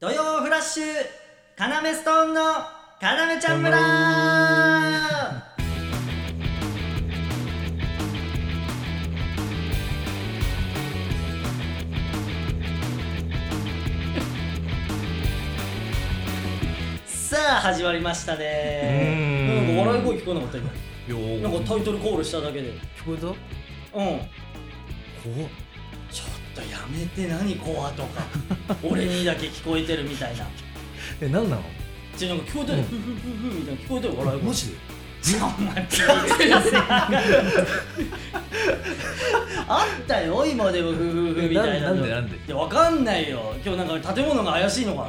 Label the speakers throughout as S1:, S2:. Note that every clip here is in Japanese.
S1: 土曜フラッシュカナメストーンのカナメちゃん村はさあ始まりましたね
S2: うーん
S1: なんか笑い声聞こえなかった
S2: よー
S1: 今なんかタイトルコールしただけでうん
S2: 聞こえた怖っ
S1: ちょっとやめて何コアと か俺にだけ聞こえてるみたいな
S2: え何なの
S1: じゃなんか聞こえてる、
S2: うん
S1: ふふふふみたいな聞こえてる笑い声
S2: マジで
S1: ちょお前 聞いてるせあったよ今でもふふふみたいなの
S2: なんでなんでなんで
S1: いやわかんないよ今日なんか建物が怪しいのかな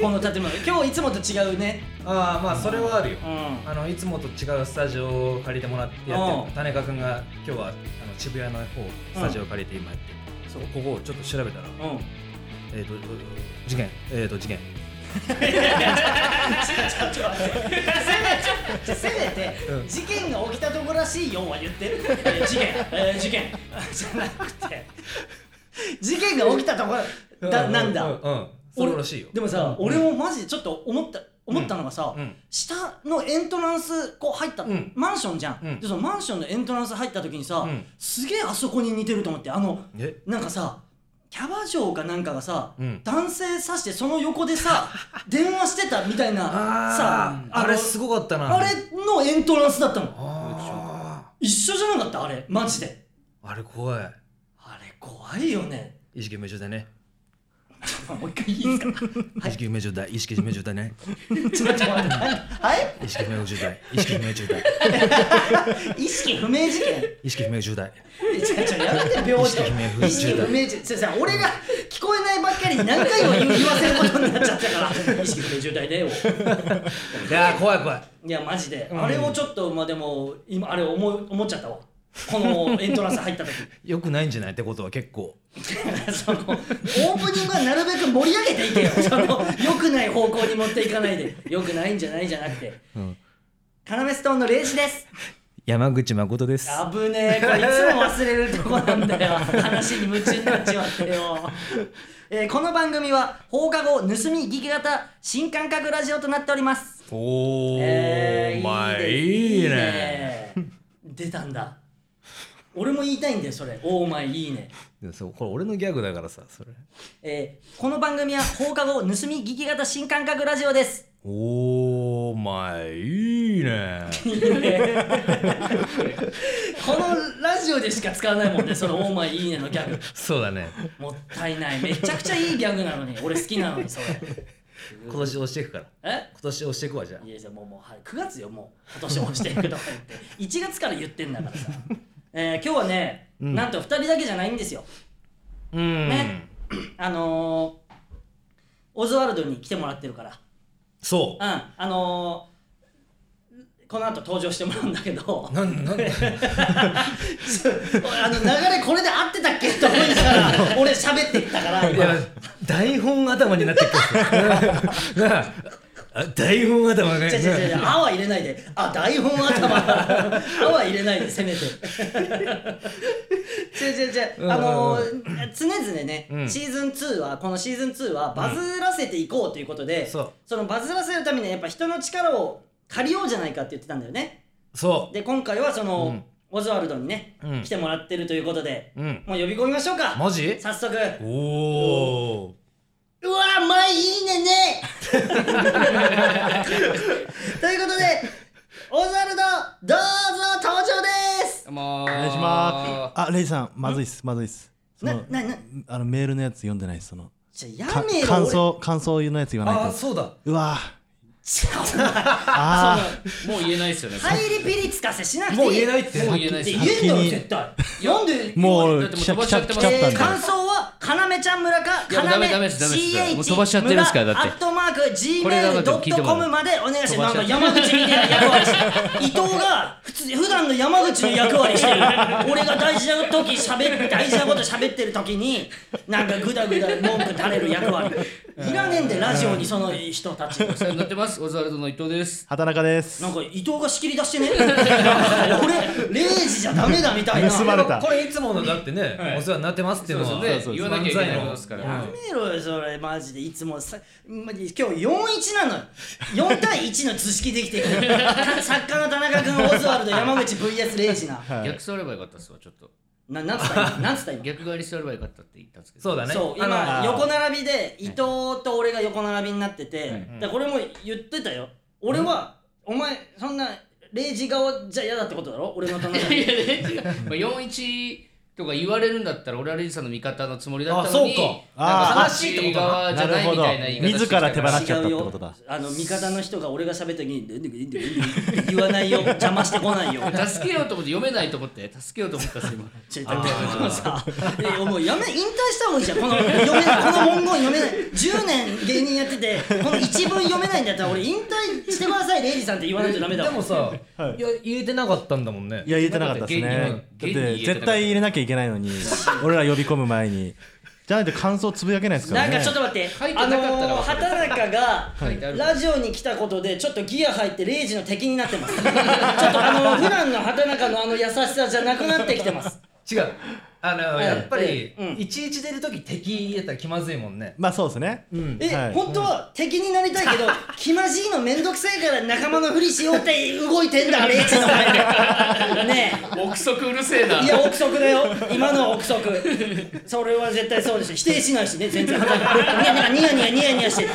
S1: この建物今日いつもと違うね
S2: ああまあそれはあるよ
S1: うん
S2: あのいつもと違うスタジオを借りてもらってやっ
S1: うん
S2: てる種川君が今日はあの渋谷の方スタジオを借りて今やってる、
S1: そう
S2: ここをちょっと調べたら
S1: うん
S2: えっ、と事件えっ、と事件
S1: ちょっと待ってせめてせめて、
S2: うん
S1: 事件が起きたとこらしいよは言って る、えー事件、えー事件じゃなくて事件が起きたところだ、
S2: う
S1: なんだ、
S2: うんうん、うんそうらしいよ
S1: でもさ、
S2: うん
S1: 俺もマジでちょっと思った思ったのがさ、
S2: うん
S1: 下のエントランスこう入った、
S2: うん
S1: マンションじゃん、
S2: うん
S1: でそのマンションのエントランス入った時にさ、
S2: うん
S1: すげえあそこに似てると思ってあの
S2: え
S1: なんかさキャバ嬢かなんかがさ、
S2: うん
S1: 男性刺してその横で さ電話してたみたいなさ
S2: あーあ
S1: の
S2: れすごかったな
S1: あれのエントランスだったの
S2: あ
S1: 一緒じゃなかったあれマジで
S2: ーあれ怖い
S1: あれ怖いよね
S2: 意識無重だね、
S1: もう一回いいですか
S2: 意識無重だ意識無重だね
S1: ちょっと待っては
S2: 意識不明重大意識不明重大
S1: い意識不明事件
S2: 意識不明重大
S1: ちょちょやめて秒で
S2: 意識不明不明
S1: 意識不明じゃ俺が聞こえないばっかりに何回も言う言わせることになっちゃったから意識不明渋滞だよ
S2: いやー怖い怖い
S1: いやマジで、
S2: うん
S1: あれをちょっとまあでも今あれ思う思っちゃったわこのエントランス入った時
S2: よくないんじゃないってことは結構
S1: そのオープニングはなるべく盛り上げていけよその良くない方向に持っていかないで良くないんじゃないじゃなくて
S2: うん
S1: カナメストーンのレイジです
S2: 山口誠です
S1: 危ねえこれいつも忘れるとこなんだよ 話に夢中になっちまってよ、えーこの番組は放課後盗み聞き型新感覚ラジオとなっております
S2: おー、
S1: えー
S2: まあ
S1: です
S2: いい
S1: い
S2: ね
S1: いね出たんだ俺も言いたいんだよそれおーまいいね
S2: でもそうこれ俺のギャグだからさそれ
S1: えーこの番組は放課後盗み聞き型新感覚ラジオ です
S2: おーまあいいね
S1: いいねこのラジオでしか使わないもんねその「おーまいいいね」のギャグ
S2: そうだね
S1: もったいないめちゃくちゃいいギャグなのに俺好きなのにそれ
S2: 今年押していくから
S1: え
S2: 今年押していくわじゃあ
S1: いやじゃあもうもう、はい、9月よもう今年押していくとか言って1月から言ってんだからさ、えー今日はね、
S2: うん
S1: なんと2人だけじゃないんですよ
S2: うーん、
S1: ねあのー、オズワルドに来てもらってるから
S2: そ
S1: うんあのー、この後登場してもらうんだけど
S2: うなんなん
S1: あの流れこれで合ってたっけと思いながら俺喋ってったから
S2: い
S1: 今
S2: や台本頭になってくるなああ台本頭 が
S1: 違う違う違う、あは入れないで、あ、台本頭、 あは入れないで、せめ て。違う違う違う、あのー常々ね、
S2: うん
S1: シーズン2は、このシーズン2は、バズらせていこうということで、
S2: そう
S1: のバズらせるためには、やっぱ人の力を借りようじゃないかって言ってたんだよね。
S2: そ
S1: で、今回は、その、
S2: うん
S1: オズワルドにね、
S2: うん
S1: 来てもらってるということで、
S2: ううん
S1: もう呼び込みましょうか。
S2: マジ
S1: 早速。
S2: おお
S1: うわー前いいね ねということでオズワルドどうぞ登場です
S3: お
S4: お願いします。あ、レイさん、まずいっす、まずいっす。そ
S1: な
S4: の、
S1: なな
S4: あのメールのやつ読んでないっす、その。
S1: じゃあ
S4: か
S1: やめろ
S4: 感想、感想のやつ言わ
S2: あ
S4: な
S2: あ
S4: いと。
S2: そうだ
S4: うわ
S1: ちょお前
S4: ー、あ
S3: もう言えないですよね。
S1: 入りピリつかせしなくていい
S2: もう言えない
S1: っ
S2: って
S3: もう言えない
S1: て
S3: です
S1: 言
S3: よ。
S1: えんだろ
S4: 先に
S1: 絶対読んで
S4: ー、も
S3: だっ
S4: う、
S3: て
S4: 来
S3: もう
S4: ちゃ、
S3: 飛ば
S4: 来
S3: し
S4: ち
S3: ちゃ
S4: ゃ、
S3: ってます
S4: 来ちゃった
S1: え
S4: ん
S1: ー、
S4: で。
S1: 感想はかなめちゃん村かかな
S3: ダ
S1: め
S3: メダメですダメですもう飛ばしちゃってますからだって
S1: CH 村アットマーク
S3: これだから聞いてもらう
S1: Gmail.com までお願いし
S3: 飛
S1: ま
S3: ば
S1: す
S3: し
S1: な
S3: ちゃ
S1: ん
S3: っ
S1: か山口
S3: て
S1: みたいな役割して伊藤が普通普段の山口の役割 してる俺が大事な時喋る大事なこと喋ってる時になんかグダグダ文句垂れる役割いらねえんでラジオにその人たち
S3: お世話になってます。オズワルドの伊藤です。
S4: 畑中です
S1: な。んか伊藤が仕切り出してね なんか俺0時じゃダメだみたいな
S4: 盗まれた
S2: これいつものだってね、お世話になってますっていうのは
S3: そうですよね
S4: そうそう
S3: 言わなきゃいけないことですから
S2: 漫才の
S1: やめろよそれマジでいつもさま今日41なのよ4対1の図式できてる 作家の田中君オズワルド山口 VS レイジな
S3: 逆座ればよかったっすわちょっと
S1: ななんつった今なんつった今
S3: 逆側に座ればよかったって言ったんですけど
S2: そうだね
S1: そう
S2: あ
S1: 今
S2: の
S1: 横並びで伊藤と俺が横並びになってて、
S3: は
S1: だ
S3: い
S1: からこれも言ってたよ俺は、お前そんなレイジ側じゃ嫌だってことだろ俺の隣
S3: い
S1: に
S3: やねまあ41とか言われるんだったら俺はレイジさんの味方のつもりだったのに
S2: あそうか
S3: なん
S1: あー
S3: 悲しいってことだなじゃないみたいな言い方してきた
S4: なるほど自ら手放し
S3: か
S4: ちゃったってことだ
S1: 違うよあの味方の人が俺が喋った時にででででで言わないよ邪魔してこないよ
S3: ら助けようと思って読めないと思って助けようと思ったんです今
S1: ちょだってあのさいやもうやめ引退した方がいいじゃんこの読めないこの文言読めない10年芸人やっててこの一文読めないんだったら俺引退してくださいレイジさんって言わないとダメだわ
S2: でもさ、
S4: はい
S2: いや言えてなかったんだもんね
S4: いや言えてなかったですねだ
S3: だ
S4: っ
S3: って芸人は芸人言えて
S4: て
S3: なかった
S4: 絶対入れなきゃいけな いのに俺ら呼び込む前にじゃないと感想つぶやけないですから
S1: な
S4: ね
S1: んかちょっと待って、
S3: 書いて
S1: あ
S3: なか
S1: の
S3: った
S1: ー、
S3: らわかる
S1: 畑中が
S3: 書いてある
S1: ラジオに来たことでちょっとギア入ってレイジの敵になってますちょっとあのー、普段の畑中のあの優しさじゃなくなってきてます
S2: 違うあの、
S1: うん
S2: やっぱり、
S1: うん
S2: いちいち出る時敵言えたら気まずいもんね
S4: まあそうですね
S2: うん
S1: え、
S4: はい
S1: 本当は敵になりたいけど気まじいのめんどくせえから仲間のふりしようって動いてんだレイジの前でねえ
S3: 憶測うるせえない
S1: や憶測だよ今のは憶測それは絶対そうでしょ否定しないしね全然肌がニヤニヤニヤニヤして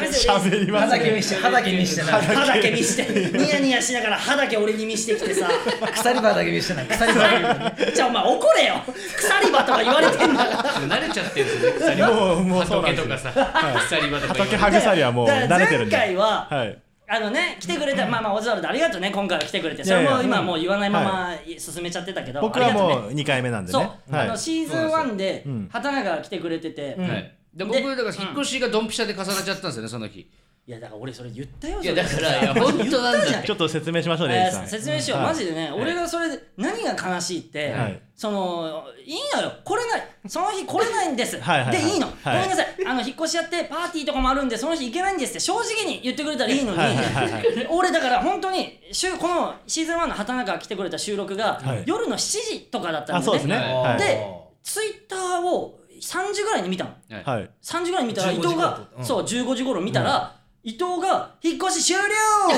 S4: 喋りま
S2: 歯
S4: す
S2: だ
S4: ね
S2: け見して歯だけ見してな
S1: 歯だけ見してニヤニヤしながら歯だけ俺に見してきてさ
S2: 鎖歯だけ見 してな鎖歯
S1: じゃあお前怒れよ鎖歯とか言われてんだから
S3: 慣れちゃってるんですよね鎖場
S4: もうもうそうなん
S3: 畑
S4: です
S3: と
S4: よ
S3: かさ鎖場とか
S4: 畑
S3: 今
S4: ハグサリはもう
S1: だから
S4: 慣れてるんで
S1: 前回は
S4: はい
S1: あのね来てくれたまあまあオズワルドありがとうね今回は来てくれて
S4: い
S1: そ
S4: やい
S1: れ
S4: や
S1: も今
S4: うん
S1: もう言わないまま進めちゃってたけど
S4: 僕
S1: あ
S4: は
S1: りがとね
S4: もう二回目なんで
S1: そう
S4: ね
S1: あの
S4: は
S1: シーズン1で
S4: うん
S1: 畑中が来てくれてて
S3: はいで僕だから引っ越しがドンピシャで重なっちゃったんですよねその日
S1: いやだから俺それ言ったよ
S3: いやだからいや本当なんだっ
S4: い
S3: て
S4: ちょっと説明しましょうレイ
S1: え
S4: ジさ
S1: ー
S4: ん
S1: 説明しよう、
S4: はい
S1: マジでね、俺がそれで何が悲しいって、
S4: はい
S1: そのいいのよ来れないその日来れないんです
S4: はいはいはい
S1: でいいの、
S4: はい
S1: ごめんなさいあの引っ越しやってパーティーとかもあるんでその日行けないんですって正直に言ってくれたらいいのに、
S4: はいはいはいは
S1: 俺だから本当に週このシーズン1の畑中が来てくれた収録が、
S4: はい
S1: 夜の7時とかだったん
S4: あそうですね
S3: は
S4: はい
S1: でツイッターを3時ぐらいに見たの
S3: はい
S4: はい
S1: 3時ぐらいに見たら伊
S2: 15時
S1: 藤が
S2: 頃、うん
S1: そう15時頃見たら、伊藤が引っ越し終了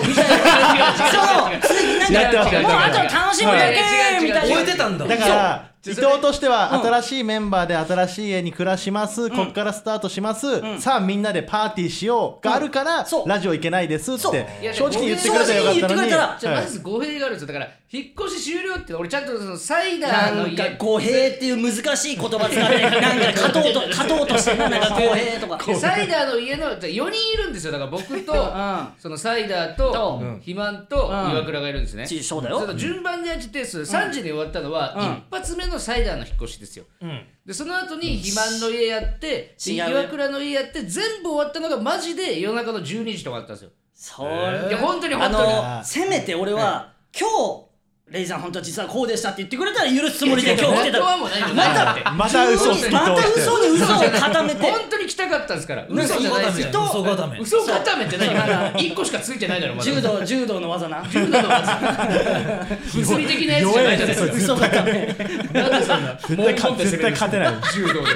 S1: みたいなそう次なんか
S3: やってます
S1: も
S3: やって
S1: う
S3: ま
S1: あと
S3: す
S1: 楽しむだ
S3: いや違う違う
S1: けみたい
S2: 終
S1: な
S2: えてたんだ
S4: だから
S3: そう
S4: 伊藤としては新しいメンバーで新しい家に暮らします、こっからスタートします、
S1: ん
S4: さあみんなでパーティーしようがあるから、
S1: そう
S4: ラジオ行けないですっ
S1: そう
S4: て
S3: いや
S4: 正直に言ってくれたらよかったのに
S1: 正直に言って
S3: じゃあ
S4: は
S3: ま
S4: い
S3: ず語弊があるんですよだから引っ越し終了って俺ちゃんとそのサイダ
S1: な
S3: ーの
S1: ん
S3: 家
S1: か語弊っていう難しい言葉使って なんか勝とうと 勝とうとしてなんか語弊とか
S3: でサイダーの家のじゃあ4人いるんですよだから僕と
S1: ん
S3: そのサイダーと
S1: うん
S3: 肥満と
S1: うん
S3: 岩倉がいるんですね
S1: ちそうだよ
S3: その順番でやっててその3時に終わったのは
S1: うん
S3: 一発目のサイダーの引っ越しですよ
S2: うん
S3: でその後に肥満の家やってで
S1: 違うよ
S3: 岩倉の家やって全部終わったのがマジで夜中の12時とかだったんですよ
S1: そ
S3: い
S1: れ
S3: や本当に
S1: あ
S3: 本当に
S1: のせめて俺は今日レイさん本当は実はこうでしたって言ってくれたら許すつもりで今日来てた
S3: 本当はもう何も
S1: ま
S3: ない
S1: た
S3: って
S4: また嘘をつき通して
S1: また嘘に嘘を固めて
S3: 本当に来たかったんですから
S1: 嘘
S3: 嘘じゃないですよ
S1: 嘘
S2: 嘘固め
S3: 嘘固めって何一個しかついてないだろまだ
S1: 柔 道柔道の技な
S3: 柔道の物理的なやつじゃないじゃないですか
S1: 嘘固め
S3: なんでそんな
S4: 絶対勝絶対勝てない
S3: 柔道で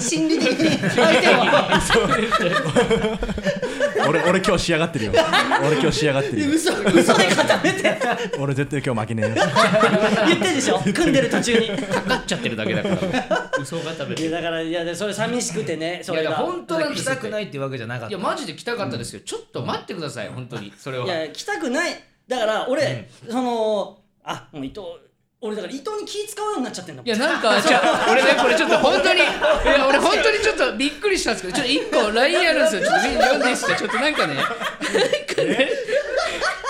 S1: 心理的に相手は
S4: 俺俺今日仕上がって るよ俺今日仕上がってるよ
S1: 嘘嘘で固めて
S4: 俺絶対今日負けねえよ
S1: 言ってるでしょ組んでる途中に
S3: かかっちゃってるだけだから嘘固め
S1: いやだからいやでそれ寂しくてねそれ
S3: いやいや
S1: が
S3: 本当なんで
S2: 来
S3: す
S2: たくないっていうわけじゃなかっ
S3: い
S2: た
S3: やマジで来たかったですよちょっと待ってください本当にそれはい
S1: や来たくないだから俺そのあもう伊藤俺だから伊藤に気使うようになっちゃってんだもん
S3: いやなん かじゃあ俺ねこれちょっと本当にいや俺本当にちょっとびっくりしたんですけどちょっと一個 LINE あるんですよちょっと読んでいいですかちょっとなんかねなんかね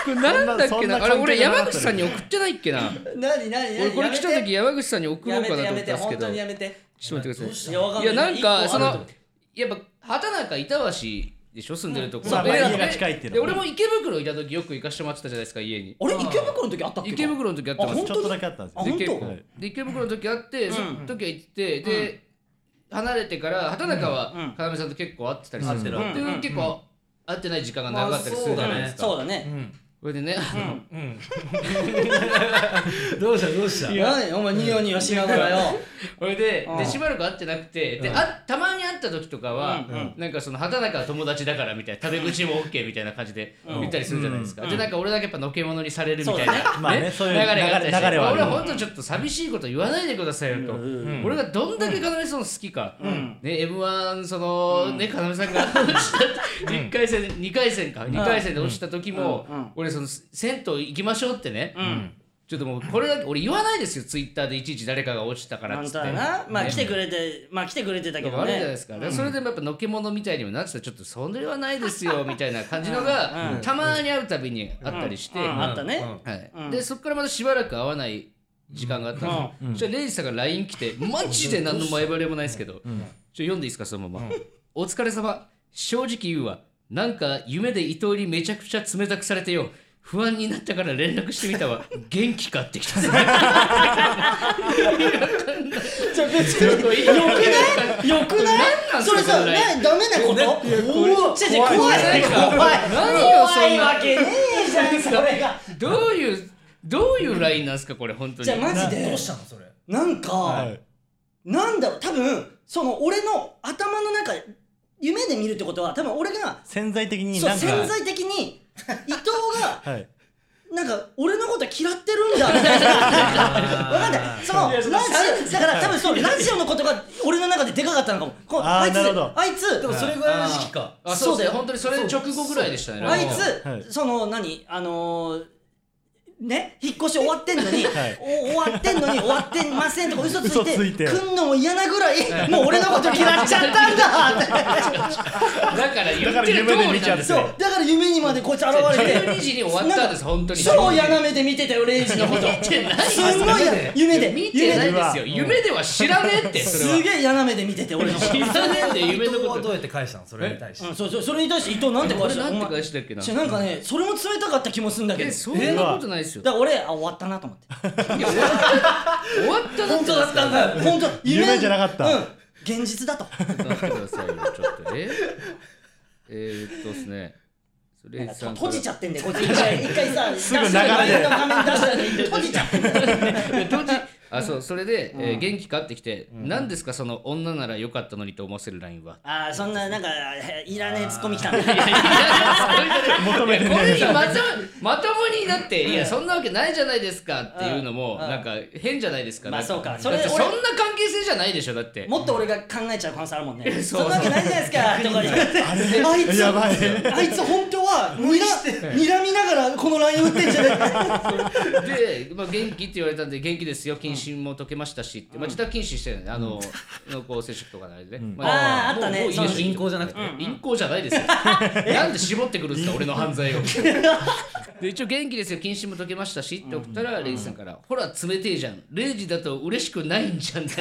S3: これなんだっけ
S4: そん
S3: な
S4: なそんな関係
S3: あれ俺
S4: なかった
S3: 山口さんに送ってないっけな
S1: 何何何
S3: 俺これ来た時
S1: や
S3: 山口さんに送ろう
S1: め
S3: か
S1: て
S3: なと
S1: や
S3: 思
S1: め
S3: った
S1: て
S3: んですけ
S1: 本当
S3: ど
S1: に
S3: ちょ
S1: や
S3: っ
S1: めて
S3: と待ってくださ
S1: いやわかん
S3: いい
S1: ない
S3: やなんかそ
S1: 一個ある
S3: のやっぱ畑中板橋でしょ住んでるとこ
S4: まあまあ
S3: 俺ら
S4: 家が近いっていう
S3: で
S4: のは
S3: 俺も池袋いた時よく行かしてもらってたじゃないですか家に
S1: とあれ池袋の時あったっけ
S3: 池袋の時あったんです
S1: 本
S3: よ
S4: ち
S1: 当
S4: ょ
S1: に
S4: っとだけあったんです
S1: あ
S4: よ
S1: 本
S3: で結構
S1: 当
S4: はい
S3: で池袋の時あって、
S1: うん
S3: その時は行ってで、離れてから畑中は要さんと結構会ってたりするんですけど、
S1: うん
S3: で結構会ってない時間が長かったりするじゃないですか、
S1: そうだね
S2: うん
S3: これでね、
S2: どうしたどうした
S1: 何お前ニヤニヤしながらよ
S3: これで
S1: うん
S3: でしばらく会ってなくてであたまに会った時とかは、
S1: うんうん
S3: なんかその畑中は友達だからみたいなタメ口も OK みたいな感じで
S1: うん
S3: 言ったりするじゃないですか、でなんか俺だけやっぱのけ者にされるみた
S1: そ
S3: い
S1: う
S3: な、
S4: まあねそういう流れ
S3: があったりして
S4: 流れはある
S3: 俺は本当ちょっと寂しいこと言わないでくださいよと、
S4: ん
S3: 俺がどんだけ要さんを好きか、
S1: ん
S3: ね m 1その、ね要さんが1回戦2回戦か2回戦で落ちた時も、
S1: うんうん
S3: 俺その銭湯行きましょうってね、
S1: うん
S3: ちょっともうこれだけ俺言わないですよツイッターでいちいち誰かが落ちたか
S1: あ
S3: らっ
S1: ん
S3: つって
S1: たはなまあ
S3: ね
S1: 来てくれてまあ来てくれてたけど
S3: 悪
S1: ね
S3: いじゃないですか、それでもやっぱのけ者みたいにもなってたちょっとそれはないですよみたいな感じのが、たまに会うたびにあったりして、
S1: うんうんあったね
S3: はい
S1: うん
S3: でそこからまたしばらく会わない時間があったんですよ、そしたらレイジさんが LINE 来てマジで何の前触れもないですけど、ちょっと読んでいいですかそのまま、お疲れ様正直言うわなんか夢で伊藤にめちゃくちゃ冷たくされてよ不安になったから連絡してみたわ元気かって きた
S1: じゃあ別に
S3: よくない
S1: よくない
S3: 何なん
S1: それさ
S3: それ
S1: ねダメなこと怖い違う違う怖い怖い
S3: 何よそ
S1: 怖
S3: ん
S1: い
S3: な
S1: わけねえじゃんそれが
S3: どういうどういうラインなんですかこれ本当に。
S1: じゃあマジ
S2: ど
S1: で
S2: うしたのそれ
S1: なんか
S4: はい
S1: なんだろう多分その俺の頭の中夢で見るってことは多分俺が
S4: 潜在的に
S1: そ
S4: な
S1: うん
S4: か
S1: 潜在的に伊藤が
S4: はい
S1: なんか俺のこと嫌ってるんだみたいななんかわかんないそのラジオだから多分そうラジオのことが俺の中ででかかったのかもこう
S4: あー
S1: あいつ
S4: なるほど
S1: あいつ
S2: でもそれぐらいの時期か
S3: あそうだ
S1: そうだよ
S3: よ本当にそれ直後ぐらいでしたね。
S1: あい
S3: ラインは
S4: はい
S1: つその何あのーね、引っ越し終わってんのに、
S4: はい
S1: お終わってんのに終わってませんとか嘘ついて
S4: 嘘ついて
S1: 来んのも嫌なぐらいもう俺のこと嫌っちゃったんだ って
S3: だから言ってる通りなんです
S1: そう
S3: よ。
S1: だから夢にまでこいつ現れて
S3: 12時に終わったんです本当に。
S1: 超嫌な目で見てたよレイジの こと
S3: 見てない
S1: すんごい嫌夢で
S3: 見
S1: 夢
S3: てな
S1: で
S3: いですよ。夢では知らねえってそれ
S1: す
S3: は。
S1: げえ嫌な目で見てて俺のこと
S3: 知ら ねえって
S2: 伊
S3: 夢
S2: 藤
S3: の
S2: は
S3: こ
S2: どう
S3: と。
S2: やって返したのそれに対し
S1: う
S2: て
S1: ん、そうそうそれに対して伊藤なんて
S3: こ
S1: 返
S3: れ
S1: した
S3: なんて
S1: お前
S3: 返したっけな
S1: 違。うなんかねそれも冷たかった気もするんだけど
S3: え
S1: だ
S3: そんなことないですよ。い
S1: から俺あ終わったなと思って
S3: や終わった終わったなって
S1: 当だったんだ本当
S4: 夢じゃなかった
S1: うん現実だと
S3: ちょっと待ってくださいよちょっとええー、っとですね。レイジさんから
S1: 閉じちゃ ってんだよこいつ一回一回さす
S4: ぐ流れで
S1: 画面出したのに閉じちゃってんだよ
S3: 当時あそうそれで、えー元気かってきて、何ですかその女なら良かったのにと思わせるラインは
S1: あーそんななんかへいらねえツッコミ来たんだ
S3: いやいや
S4: 求めて
S3: これに
S4: ね
S3: まとまともになって「いやそんなわけないじゃないですか」っていうのも、
S1: うん
S3: なんか変じゃないですか、
S1: まあ
S3: なん
S1: そうかそれ
S3: だってそん
S1: 俺
S3: な関係性じゃないでしょだって
S1: もっと俺が考えちゃう可能性あるもんね
S3: そ
S1: そん
S3: う
S1: なわけないじゃないですかとか言ってあいつ
S4: やばい
S1: あいつ本当はにら睨みながらこのライン打ってんじゃね
S3: で、まあ、元気って言われたんで元気ですよ謹慎も解けましたしって、まあ、自宅禁止してるねあの濃厚接触とかのあれでね、ま
S1: あーあったね
S3: もうもういいでしょ
S1: そ
S2: の銀行じゃなくて
S3: うんうん銀行じゃないですよなんで絞ってくるんですか俺の犯罪をで一応元気ですよ謹慎も解けましたしって送ったらレイジさんから「ほら冷てえじゃんレイジだと嬉しく ないんじゃん」って
S2: す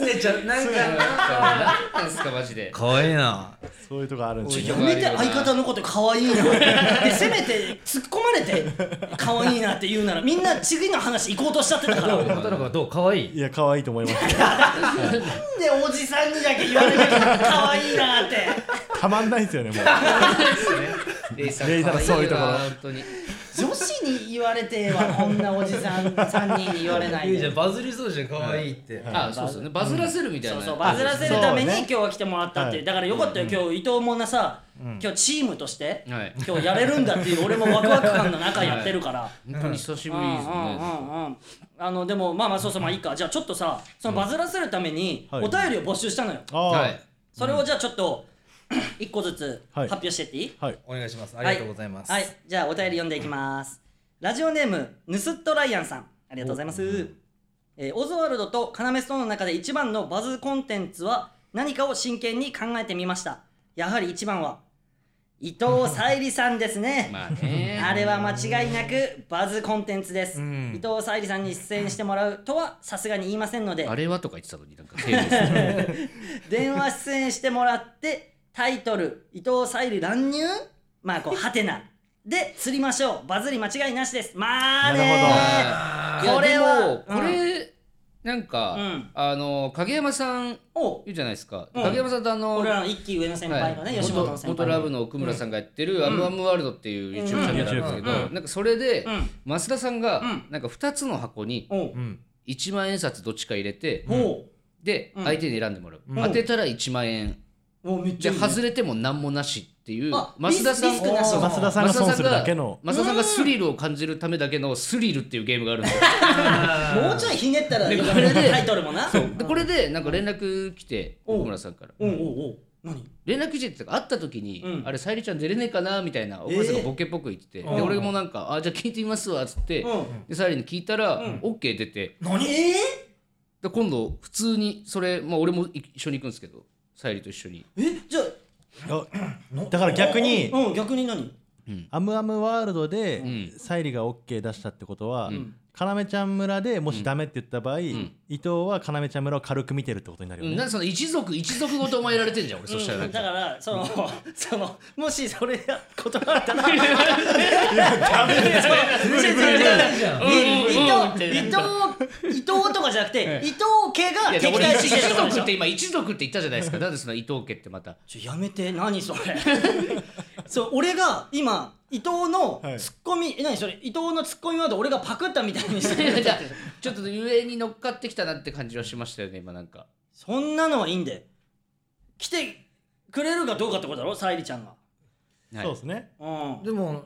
S2: ねちゃんなん
S3: な
S2: か
S3: んなんすかマジ で
S2: かわいいな
S4: そういうとこあるんです
S1: や
S4: よ
S1: めて相方のこと可愛いなでせめて突っ込まれて可愛いなって言うならみんな次の話行こうとしちゃってたからなんで
S2: 畑中はどうかわいい
S4: いや可愛いと思います
S1: おじさんにだけ言われなきゃ可愛いなって
S4: たまんないですよねもう
S3: レイジさん
S4: レイジさんそういうところ
S3: 可愛いよな本当に
S1: 女子に言われてはこんなおじさん3人に言われない
S2: いいじゃ
S1: で
S2: んバズりそうじゃんかわいいって
S3: あそうそうねバズらせるみたいな、
S1: そうそうバズらせるために今日は来てもらったっていうだからよかったよ今日伊藤もなさ今日チームとして
S3: はい
S1: 今日やれるんだっていう俺もワクワク感の中やってるから。
S3: 本当に久しぶ
S1: う
S3: り
S1: ん
S3: ですね、
S1: うんうんうんあのでもまあまあそうそうまあいいかじゃあちょっとさそのバズらせるために
S4: はい
S1: お便りを募集したのよ、
S4: あ
S3: は
S4: あ
S3: い
S1: それをじゃあちょっと一個ずつ
S4: はい
S1: 発表してっていい、
S4: はい
S2: お願いしますあ
S1: あ
S2: りがとうございます
S1: はい、じゃあお便り読んでいきます。ラジオネームヌスットライアンさん、ありがとうございます。えーオズワルドとカナメストーンの中で一番のバズコンテンツは何かを真剣に考えてみました。やはり一番は伊藤沙莉さんですね。
S3: まあね
S1: あれは間違いなくバズコンテンツです。伊藤沙莉さんに出演してもらうとはさすがに言いませんので
S3: あ、れはとか言ってたのになんか丁寧です ね
S1: 電話出演してもらってタイトル「伊藤沙莉乱入」まあこう「はてな」で釣りましょうバズり間違いなしですまあね
S4: なるほど
S3: あー
S1: これはい
S3: やでもこれ、なんか、
S1: うん
S3: あの影山さん
S1: お
S3: いるじゃないですか、
S1: うん
S3: 影山さんとあの
S1: 俺らの一期上の先輩のね、
S3: はい
S1: 吉本の先輩
S3: 元元ラブの奥村さんがやってる「アムアムワールド」っていう YouTube チャンネルなんですけど、
S1: うんう
S3: なんかそれで、
S1: うん
S3: 増田さんが、
S1: うん
S3: なんか2つの箱に
S1: おう
S2: うん
S3: 1万円札どっちか入れて、
S1: お
S3: で、
S1: うん
S3: 相手に選んでもらう、
S1: ん
S3: 当てたら1万円
S1: うおうめっち
S3: で
S1: ゃいいね
S3: 外れても何もなしっていう
S1: あ
S3: 増田さ
S1: リ
S3: ん
S1: スクなし
S4: おー増田さんが損するだけの
S3: 増田さんがスリルを感じるためだけのスリルっていうゲームがあるんです よ
S1: もうちょいひねったらいい
S3: で
S1: よ
S3: これで
S1: タイトルもな
S3: そうでこれでなんか連絡来て
S1: うん
S3: 奥村さんから
S1: おうおうおう何
S3: 連絡来てってか会った時に、
S1: うん
S3: あれさゆりちゃん出れねえかなみたいな奥村さんがボケっぽく言ってて、
S1: うん
S3: で俺もなんか「あじゃあ聞いてみますわ」っつって、
S1: うん
S3: でさゆりに聞いたら、
S1: ん
S3: OK 出て
S1: 何え
S3: で今度普通にそれ、まあ、俺も一緒に行くんですけどさゆりと一緒に
S1: ーえじゃ
S4: あだから逆に
S1: あうん逆に何
S4: アムアムワールドで
S3: ん
S4: 沙莉が OK 出したってことは、かなめちゃん村でもしダメって言った場合、伊藤はかなめちゃん村を軽く見てるってことになる
S3: う
S4: よ
S3: ん
S4: ね、
S3: なんかその一族一族ごとお前やられてんじゃん俺そしたらな
S1: うんん
S3: か
S1: だからそのそのもしそれや断られたら
S3: うん
S1: 伊藤伊藤伊藤とかじゃなくて伊藤家が
S3: いや
S1: 敵
S3: 俺
S1: 対
S3: 一
S1: 視してる
S3: 族っ
S1: って
S3: 今一族って言ったじゃないですかなんでその伊藤家ってまた
S1: ちょやめて何それ そう俺が今伊藤のツッコミ、え何それ伊藤のツッコミワード俺がパクったみたいにし
S3: い
S1: て
S3: や
S1: る
S3: いやちょっと上に乗っかってきたなって感じはしましたよね今なんか
S1: そんなのはいいんで来てくれるかどうかってことだろ沙莉ちゃんが
S3: はい
S4: そうですね
S1: うん
S2: でも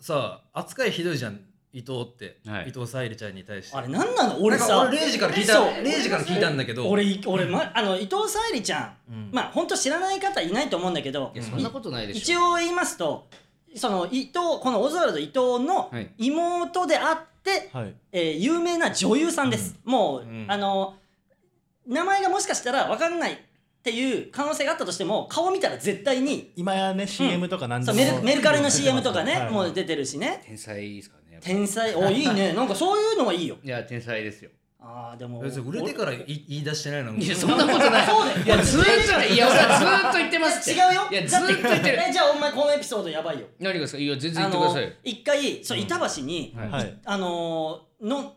S2: さ扱いひどいじゃん伊藤って、
S3: は
S2: 伊
S3: い
S2: 藤沙莉ちゃんに対して
S1: あれ何なの俺
S2: なんか
S1: さ
S2: 俺0時から聞い
S1: そう
S2: た零時から聞いたんだけど
S1: 俺い俺、ま、あの伊藤沙莉ちゃん、まあ本当知らない方いないと思うんだけど
S3: いやそんなことないでし
S1: 一
S3: ょ
S1: 応言いますとその伊藤このオズワルド伊藤の
S3: はい
S1: 妹であって、
S4: はい
S1: えー有名な女優さんです、もう、
S2: ん
S1: あの名前がもしかしたら分かんないっていう可能性があったとしても顔見たら絶対に
S4: 今やね CM とか何で
S1: そう
S4: も、
S1: メルメルカリの CM とかね、
S4: はい
S1: もう出てるしね
S3: 天才ですからねやっぱ
S1: 天才おいいねなんかそういうのはいいよ
S3: いや天才ですよ
S1: あーでも
S2: 別に売れてからい言い出してないのに
S3: いやそんなことない
S1: そうだよ
S3: いやずーっといや俺はずーっと言ってます
S1: 違
S3: っ
S1: う
S3: て
S1: よ
S3: いやず
S1: だ
S3: ーっと言ってる
S1: えじゃあお前このエピソードやばいよ
S3: 何がですかいや全然
S1: あ
S3: 言ってくだ
S1: の
S3: さいよ
S1: 一回そう板橋に、
S3: はい
S4: はい
S1: あのーの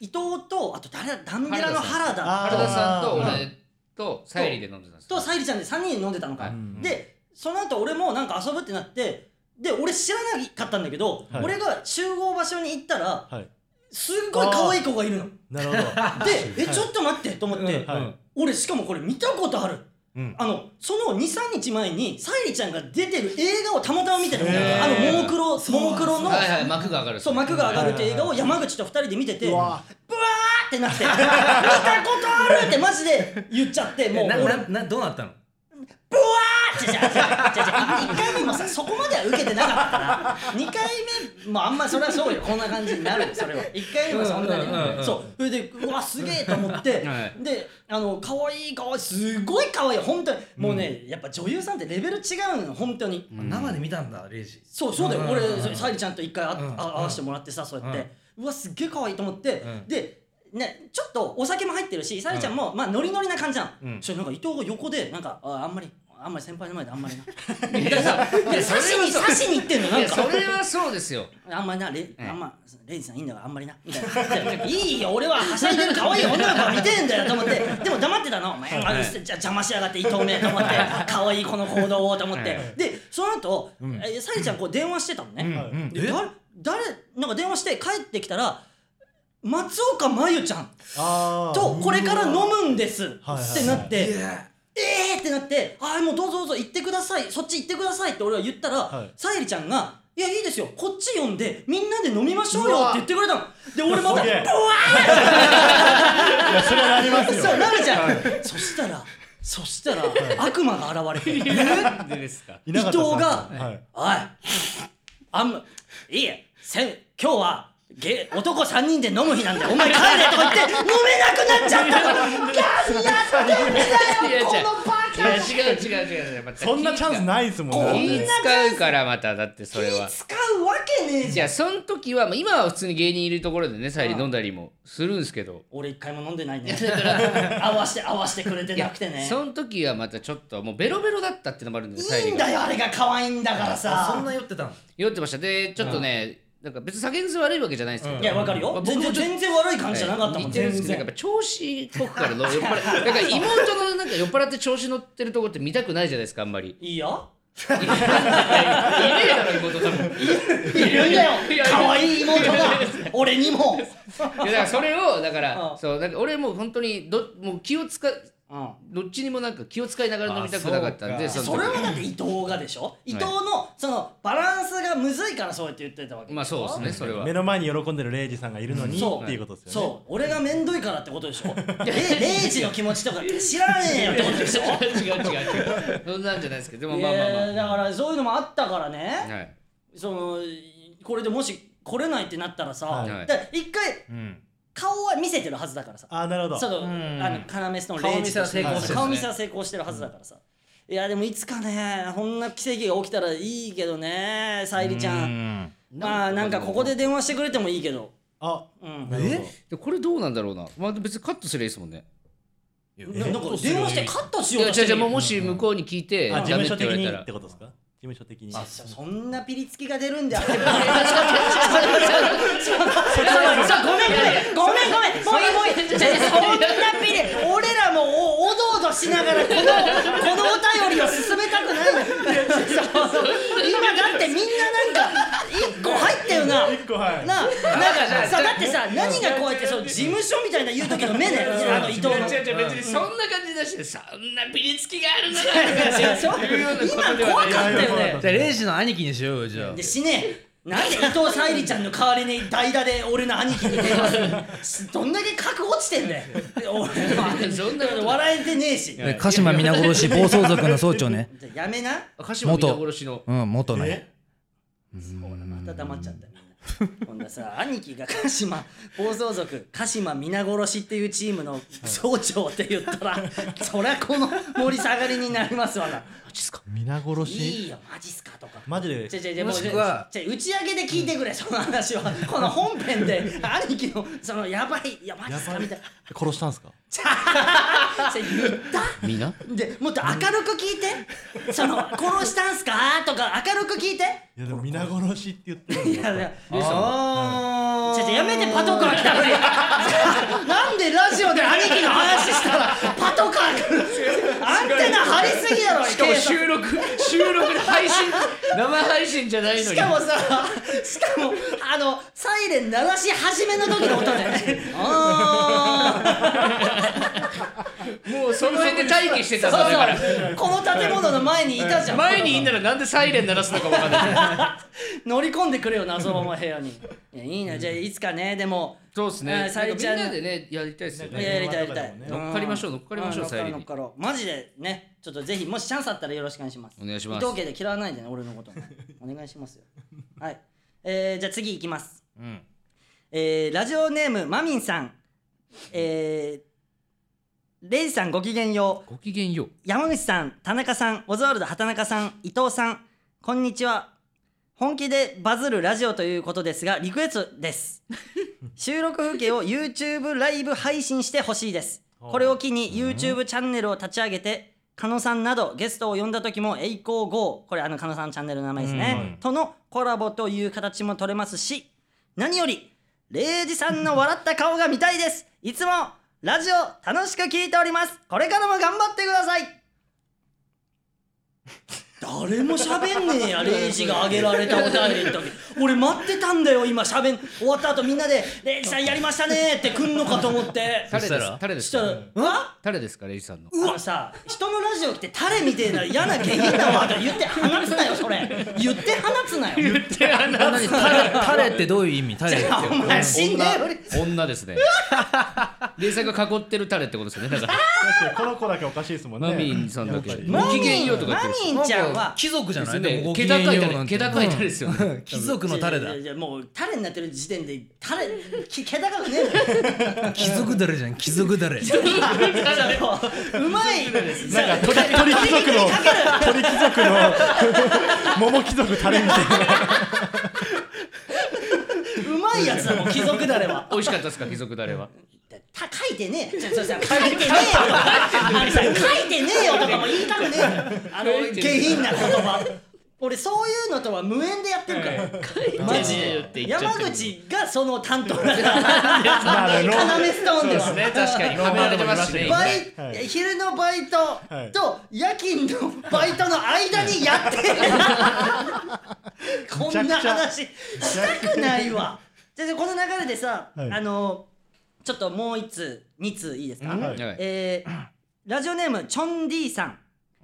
S1: 伊藤とあと誰だダンデラの原田
S4: あー
S3: 原田さんと俺とさゆりで飲んでたんですよ
S1: と沙莉ちゃんで3人で飲んでたのか、
S4: ん
S1: でその後俺もなんか遊ぶってなってで俺知らなかったんだけど、
S4: はい
S1: 俺が集合場所に行ったら
S4: はい
S1: すっごい可愛い子がいるの。
S4: なるほど
S1: でえちょっと待ってと思って、
S4: はい、
S1: 俺しかもこれ見たことある。
S2: うん
S1: あのその23日前に沙莉ちゃんが出てる映画をたまたま見てるのあの
S3: へー
S1: モモクロモモクロの
S3: はいはい幕が上がる
S1: そう幕が上がるって映画を山口と2人で見ててブワーってなって 見たことあるってマジで言っちゃってもう
S2: な
S1: 俺
S2: ななどうなったの
S1: 違う違う違う違う違う1回目もさそこまでは受けてなかったから2回目もあんまそれはそうよこんな感じになるよそれは1回目もそんなに、
S2: うんうんうんうん
S1: そうそれでうわすげえと思って、
S3: はい
S1: であの可愛い顔すごい可愛い本当にもうね、やっぱ女優さんってレベル違うの本当に、
S2: 生で見たんだ0時
S1: そうそうだよ、
S2: うん
S1: 俺
S2: うん
S1: そ沙莉ちゃんと一回あ、
S2: うん
S1: あ会わせてもらってさそうやって、うわすっげえ可愛いと思って、
S2: うん
S1: でね、ちょっとお酒も入ってるし沙莉ちゃんも、まあノリノリな感じなの、
S2: うん
S1: それなんか伊藤が横でなんかああんまりあんまり先輩の前であんまりな
S3: いやさいやそれ
S1: 刺し
S3: は
S1: に
S3: そう
S1: 刺しに行ってんの
S3: い
S1: なん
S3: やそ
S1: か
S3: れはそうですよ
S1: あんまりなレ,、
S3: え
S1: あんまレイジさんいいんだからあんまりなみたいないやいいよ俺ははしゃいでる可愛い女の子が見てえんだよと思ってでも黙ってたのお前、あのじゃ邪魔しやがって伊藤めと思って可愛いこの行動をと思って、
S3: え
S1: でその後、え沙莉ちゃんこう電話してたのね、
S2: うん
S1: で誰誰なんか電話して帰ってきたら松岡真優ちゃん
S4: あー
S1: とこれから飲むんですっ
S4: はいはい
S1: てなって、えーってなって「あーもうどうぞどうぞ行ってくださいそっち行ってください」って俺は言ったら、
S4: はい
S1: さゆりちゃんが「いやいいですよこっち呼んでみんなで飲みましょうよ」って言ってくれたので俺また「ブ
S4: すげ
S1: ワ
S4: え
S1: ー!」それなり
S4: ますよ
S1: そうなるじゃん、そしたらそしたら悪魔が現れて
S3: なんでですか
S4: 稲形さん
S1: 伊藤が
S4: はい
S1: おいあんまいいえせん今日はゲ男3人で飲む日なんだよお前帰れとか言って飲めなくなっちゃったから何やってんだよこのバ
S3: い
S1: カ
S3: や違う違う違うまた
S4: そんなチャンスないですもん
S1: こん
S4: ね
S3: 気使うからまただってそれは
S1: 気使うわけねえ
S3: い
S1: じゃん
S3: やその時はまあ今は普通に芸人いるところでねさゆり飲んだりもするんですけど
S1: 俺一回も飲んでない ね
S3: だから
S1: 合わして合わしてくれてなくてね
S3: その時はまたちょっともうベロベロだったってのもあるんでさ
S1: い
S3: ゆ
S1: い
S3: り
S1: んだ
S3: が
S1: よあれが可愛いんだから
S2: あそ
S1: さ
S2: んな酔ってたの
S3: 酔ってましたでちょっとねなんか別に酒癖悪いわけじゃないですけど、
S1: いやわかる
S3: まあ
S1: よ
S3: 僕
S1: 全
S3: もちょ
S1: 然
S3: っと
S1: 全然悪い感じじゃなかったも
S3: 似
S1: ん
S3: てるん
S1: 全
S3: ですけどなん
S1: 然
S3: かやっぱ調子こくからの酔っ払い なんか妹のなんか酔っ払って調子乗ってるとこって見たくないじゃないですかあ んまり
S1: いいよ
S3: いねえだろ妹多分
S1: いるんだよ
S3: いや
S1: 可愛い妹が俺に も
S3: いやだからそれをだから
S1: うん
S3: そうなんか俺もう本当にどもう気を使う
S1: うん
S3: どっちにもなんか気を使いながら飲みたくなかったんで
S2: あ
S3: その時
S1: それはだって伊藤がでしょ伊藤のそのバランスがむずいからそうやって言ってたわけ
S3: まあそうですねそれは
S4: 目の前に喜んでるレイジさんがいるのに
S1: そう
S4: っていうことですよね
S1: そう俺が面倒いからってことでしょ レレイジの気持ちとかって知らねえよってことでしょ
S3: 違う違う違うそんなんじゃない ですけどでも
S1: い
S3: まあまあま
S1: やだからそういうのもあったからね
S3: あはい
S1: そのこれでもし来れないってなったらさ、
S4: はい
S1: だから一回
S2: うん
S1: 顔は見せてるはずだからさ
S4: ああなるほ
S1: そ
S4: ど
S1: の
S2: ん
S1: あのカナメスの
S2: 顔
S1: レイ
S2: 見
S1: ジ
S2: せ
S1: と
S2: は
S1: して
S2: 成功してるんですね
S1: 顔見せは成功してるはずだからさ、いやでもいつかねこんな奇跡が起きたらいいけどねさゆりちゃん
S2: うん
S1: まあなんかここで電話してくれてもいいけど
S4: あ
S1: うん
S4: なるほど
S3: でこれどうなんだろうなまあ別にカットすればいいですもんね
S2: いや
S1: ななんか電話してカットし
S3: い
S1: よう
S3: や
S1: とし
S3: 違う
S1: て
S3: 違う
S1: る
S3: もうもし向こうに聞いて
S4: あ
S3: ダ
S4: 事
S3: メ
S4: 務
S3: って言
S4: 所的
S3: われ
S4: に
S3: た
S4: っ
S3: ら
S4: てことですか事務所的に
S1: あそそんなピリつきが出るんだ よそう
S3: それは
S1: ごめんごめんごめんごめんもういいもういいそんなピリ俺らもおおどおどしながらこのこ のお便りを進めたくないのよそうそう今だってみんななんか一個入ったよな
S4: 個はい
S1: なあなんかさだってさ何がこうやってそう事務所みたいな言う時の目ねあの伊藤の
S3: 違う違う別にそんな感じ出してそんなピリつきがあるのか
S1: 違う
S3: っていうようなこ
S1: 今
S3: とでは
S1: 怖かっ
S3: ない
S1: たよね
S2: じゃあレイジの兄貴にしようよじゃあ
S1: で死ねえなんで伊藤沙莉ちゃんの代わりに代打で俺の兄貴に電話するどんだけ格落ちてんだよで俺は
S3: そんなこと
S1: 笑えてねえし
S3: や
S5: 鹿島皆殺し暴走族の総長ね
S1: やめな
S3: 鹿島皆殺しの
S5: うん元の
S1: ほらまた黙っちゃったよほんださ兄貴が鹿島暴走族鹿島皆殺しっていうチームの総長って言ったらそりゃこの盛り下がりになりますわな
S4: 皆殺
S1: い
S4: し
S1: いよマジっすかとか
S4: マジで
S1: じゃじゃじゃ
S2: もしくは
S1: じゃ打ち上げで聞いてくれ、その話はこの本編で兄貴のそのやばいいやマジっすかみたいな
S4: 殺したんですか
S1: それ言った
S3: みんな
S1: でもっと明るく聞いてその殺したんすかとか明るく聞いて
S4: いやでも皆殺しって言ってる
S1: いやいやあーちょやめてパトカー来たのになんでラジオで兄貴の話したらパトカー来るアンテナ張りすぎだろ
S3: しかも
S1: 警察
S3: 収録収録で配信生配信じゃないのに
S1: しかもさ、しかも、あの、サイレン鳴らし始めの時の音だよね。あ
S3: もうその辺で待機して
S1: ー
S3: たん
S1: そう
S3: だだか
S1: そう、この建物の前にいたじゃ
S3: ら
S1: ん。
S3: 前にいんならなんでサイレン鳴らすのかわかんない
S1: 乗り込んでくれよな、そのまま部屋に。いや、いいな、じゃあいつかね、でも、
S3: そうです
S1: ね
S3: ね
S1: サイリ
S3: みん
S1: ちゃんの
S3: なでねやりたいですよ
S1: いや
S3: ね
S1: やりたいやりたい。
S4: 乗
S3: っかりましょうん乗っかりまし
S1: 乗
S3: ょうん
S1: っか
S3: サイ
S1: ろ
S3: リ
S1: う
S3: に
S1: 乗っかろう。マジでね、ちょっとぜひ、もしチャンスあったらよろしくお願いします。
S3: お願いします
S1: 伊藤家で嫌わないでね、俺の こと。お願いしますよ。はい。えー、じゃあ次いきます。
S2: うん
S1: えーラジオネームまみんさん、えーレイジさんごきげんよう
S3: ごきげんよう
S1: 山口さん田中さんオズワルド畑中さん伊藤さんこんにちは本気でバズるラジオということですがリクエストです収録風景を YouTube ライブ配信してほしいですこれを機に YouTube チャンネルを立ち上げて狩野さんなどゲストを呼んだ時も「栄光 GO」これあの狩野さんのチャンネルの名前ですね、とのコラボという形も取れますし何よりレイジさんの笑った顔が見たいですいつもラジオ楽しく聞いておりますこれからも頑張ってください誰も喋んねえやレイジが挙げられたお便りの時俺待ってたんだよ今喋ん終わった後みんなで「レイジさんやりましたね」って来んのかと思って
S3: 誰
S2: そし
S3: で
S2: た
S3: す
S2: ら
S3: 誰で
S1: そし
S3: す
S1: たら
S3: か
S1: 「うわ
S3: 誰ですかレイジさんの
S1: うわさ人のラジオ来てタレみてえな嫌な下品なワード言って放つなよそれ言って放つなよ
S2: 何タレタレってどういう意味タレって
S1: お前死んで
S3: 女女です ねレイジさんが囲ってるタレってことですよねだから
S4: 確かにこの子だけおかしいですもんね
S3: マミンさんだけ
S4: やっぱり
S3: ごきげんようとか言
S1: マ
S3: ってる
S1: ミ
S3: し
S1: ンちゃんは
S2: 貴族じゃない
S3: ですね
S2: でもご機嫌ようなんて
S3: 気高いタレ気高いタレですよね
S2: うん 貴族のタレ
S1: いやい
S2: だ
S1: やいやもうタレになってる時点でタレき気高くねえのよ
S2: 貴族だれじゃん貴族だ
S1: う
S2: れ
S1: まい
S4: なんか鳥鳥貴族の鳥貴 族の桃貴族タレみたいな
S1: うまいやつだもん貴族だれは
S3: 美味しかったですか貴族だれは
S1: た書いてねえちょちょちょ書いてねえよとかあれさ書いてねえよとかも言いたくねえよあの
S3: 書いてね
S1: 下
S3: え
S1: 品な言葉俺そういうのとは無縁でやってるから、マジ
S3: ねえよって
S1: で
S3: 言っちゃっ
S1: 山
S3: てる
S1: 口がその担当だから
S4: まあねロー
S1: 要ストーンで
S3: そ
S1: す
S3: うですね確かにはめられてますしね
S1: バ
S4: は
S1: イ
S4: い
S1: 昼のバイト
S4: はい
S1: と夜勤のバイトの間にやってこんな話したくないわじゃあこの流れでさ、
S4: はい
S1: あのちょっともう一通二通いいですか、
S4: はい
S3: はい
S1: えーラジオネームチョンディさん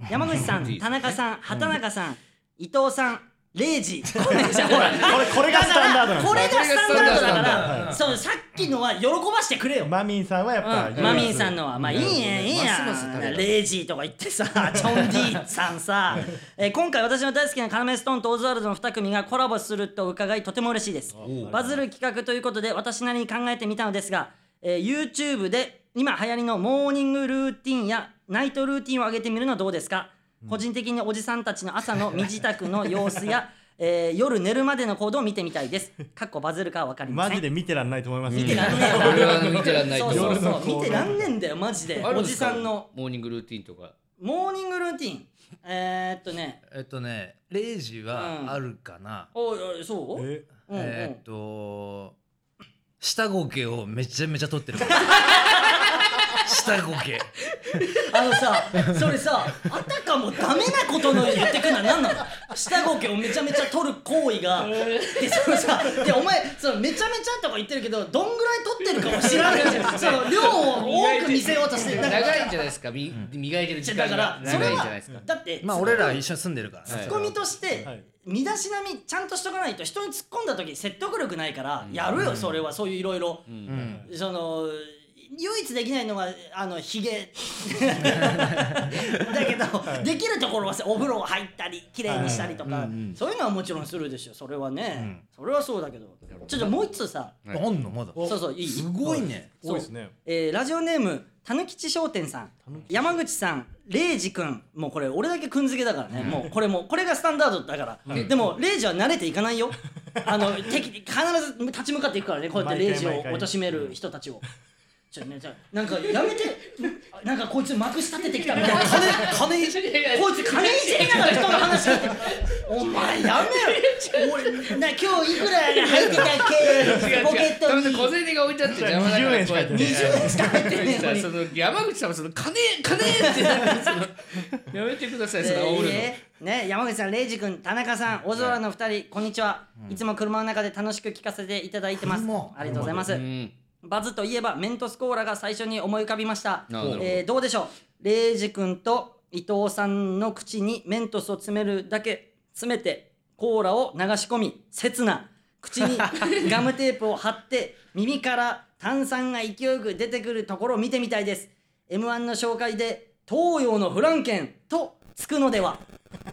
S1: 山口さ
S3: チョンディ
S1: ん田
S3: さん
S1: 中さん畑中さん、伊藤さんレイジこれじゃほら
S4: これこれがスタンダードなんです
S1: こ
S4: ね
S1: れがスタンダードだか
S4: はいは
S1: ら
S4: い
S1: そうさっきのは喜ばしてくれよ
S4: マミンさんはやっぱ、
S1: うん、マミンさんのはまあいいやんいいや
S3: ますます高い
S1: んレイジーとか言ってさチョン・ディさん さ、えー今回私の大好きなカナメストーンとオズワルドの2組がコラボすると伺いとても嬉しいですバズる企画ということで私なりに考えてみたのですが、えー YouTube で今流行りのモーニングルーティンやナイトルーティンを上げてみるのはどうですか個人的におじさんたちの朝の身支度の様子や、えー夜寝るまでの行動を見てみたいです。かっこバズるかは分かりません
S4: マジで見てらんないと思います
S1: 見てらんねえな
S3: 俺は見てらんないと
S1: そう
S3: 思
S1: そう
S3: う
S1: そう見てらんねえんだよマジで
S3: ある
S1: お
S3: で
S1: じ
S3: すか
S1: さんの
S3: モーニングルーティンとか
S1: モーニングルーティンえー、っとね
S2: えっとね0時
S1: うん
S2: はあるかな、
S1: おいおいそう
S4: え
S1: うんうん
S2: えっと下ごけをめちゃめちゃ取ってる下ごけ
S1: あのさそれさあたかもダメなことのように言ってくるのは何なの下ごけをめちゃめちゃ取る行為がでそのさでお前そのめちゃめちゃとか言ってるけどどんぐらい取ってるかも知らないじゃんその量を多く見せようとしてなんか
S3: 長いんじゃないですかみ磨いてる時間
S1: だから
S3: が
S1: それ
S3: 長いんじゃない
S1: は
S3: ですか
S1: だって
S2: まあ俺ら一緒に住んでるから、
S3: はい
S1: ツッコミとして
S4: はい
S1: 身だしなみちゃんとしとかないと人に突っ込んだ時説得力ないからやるよそれはそういういろいろ
S2: うん
S1: その唯一できないのがあのひげだけど、できるところはお風呂入ったり綺麗にしたりとか、そういうのはもちろんするでしょそれはね、それはそうだけどちょっともう一つさ
S3: はい
S2: あんのまだ
S1: そうそういい
S2: すごいね
S1: そう
S4: 多いですね
S1: えーラジオネームたぬきち商店さん山口さんレイジくんもうこれ俺だけくん付けだからね、もうこれもこれがスタンダードだから、でもレイジは慣れていかないよあの 敵必ず立ち向かっていくからねこうやってレイジを
S4: 毎回毎回
S1: 貶める人たちを。ちょね、じゃあなんかやめてなんかこいつまくし立ててきたみたい な金金こいつ金いじりながら人の話聞いてお前やめ ろ俺な今日いくら入ってたっけポケット
S3: 多
S1: に
S3: 分小銭が置いてあって邪魔だからこうやって
S4: 20円
S1: 20円しか入ってねえのに
S3: その山口さんはその金金ってなってそのやめて くださいその煽るの
S1: えーね山口さん、レイジ君、田中さん、大空の二人、こんにちは。いつも車の中で楽しく聞かせていただいてます
S2: も。
S1: ありがとうございます。
S3: うん
S1: バズといえばメントスコーラが最初に思い浮かびました。
S3: なるほど
S1: えーどうでしょう。レイジ君と伊藤さんの口にメントスを詰めるだけ詰めてコーラを流し込み、刹那口にガムテープを貼 って耳から炭酸が勢いよく出てくるところを見てみたいです。M1 の紹介で東洋のフランケンとつくのでは。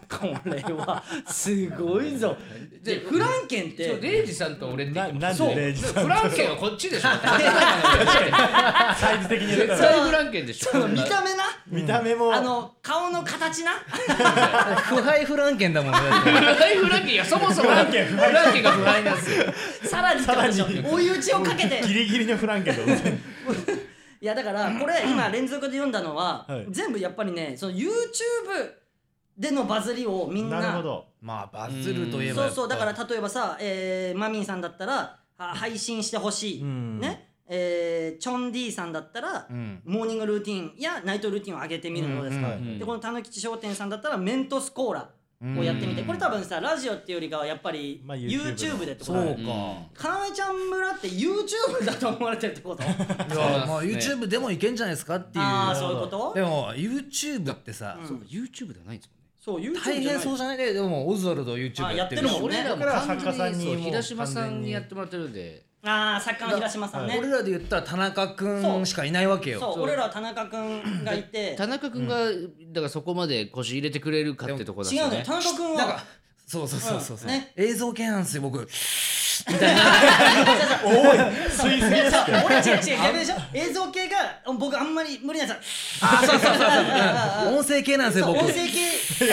S1: これはすごいぞ。でフランケンっ
S3: そう
S1: て。
S3: レイジさんと俺って
S4: ななん
S3: そう
S4: でレイジさん
S3: フランケンはこっちでしょ
S4: サイズ的に言っ
S3: 絶
S4: たら
S3: 対フランケンでしょ
S1: その見た目な。
S4: 見た目も
S1: あの顔の形な。
S5: 腐敗フランケンだもんねだって
S3: フライフランケンいやそもそもフランケンがフライなんですよ
S1: さらにってことでしょ追い打ちをかけて
S4: ギリギリのフランケンだ
S1: いやだからこれ今連続で読んだのは、
S4: はい
S1: 全部やっぱりねその YouTube でのバズりをみんな
S4: なるほど
S2: まあバズるといえば
S1: そ
S2: や
S1: う
S2: っぱ
S1: そうだから例えばさ、えーマミンさんだったらあ配信してほしい、
S4: うん
S1: ねえーチョン・ディさんだったら、
S2: うん
S1: モーニングルーティンやナイトルーティンを上げてみるのですから、
S4: うん
S3: うん
S1: でこのたぬきち商店さんだったらメントスコーラをやってみて、
S3: うん
S1: これ多分さラジオっていうよりかはやっぱり
S4: まあ
S1: YouTube
S4: YouTube
S1: でってこと
S2: そ
S1: だよね
S2: う
S3: うん
S2: か
S1: かなめちゃん村って YouTube だと思われてるってこと
S2: い
S3: そうなん
S2: や
S3: すね
S2: まあ YouTube でもいけんじゃないですかっていう
S1: ああそういうこと
S2: でも YouTube ってさ
S1: うん
S3: そうか YouTube ではないんですもんね
S1: そう YouTube
S2: 大変そう
S1: じ
S2: じゃないででもオズワルドは
S1: あ
S2: YouTube
S1: や
S2: や
S1: っ
S2: ってて
S1: る
S2: る
S1: もん
S2: し
S1: ね
S3: 俺らも
S4: だから
S3: 完
S4: 作家さ
S3: 全
S4: んに
S3: にそう
S4: もう
S3: 平島さん
S4: 完全
S3: に
S4: に
S3: やってもらってるんで
S1: ゃんああ作家の平島さんね
S2: 俺らで言ったら田中
S1: そ
S2: く
S1: うん
S2: しかいないわけ
S1: そ
S2: よ
S1: う俺らは田中くんがいて
S3: 田中君がだからそこまで腰入れてくれるかってとこだし
S1: 違うのよ
S3: ね
S1: 田中くん
S2: なんか
S1: は
S2: そうそうそうそうそう
S1: ね
S2: 映像系なんですよ僕
S4: 吸いすぎ
S1: い
S4: で
S1: や
S4: す
S1: そ
S4: っ
S1: う
S4: て
S1: 俺違う違う逆でしょ映像系が僕あんまり無理なんですよ
S2: 音声系なんです よ
S1: そう
S2: 僕
S1: 音声系
S4: そ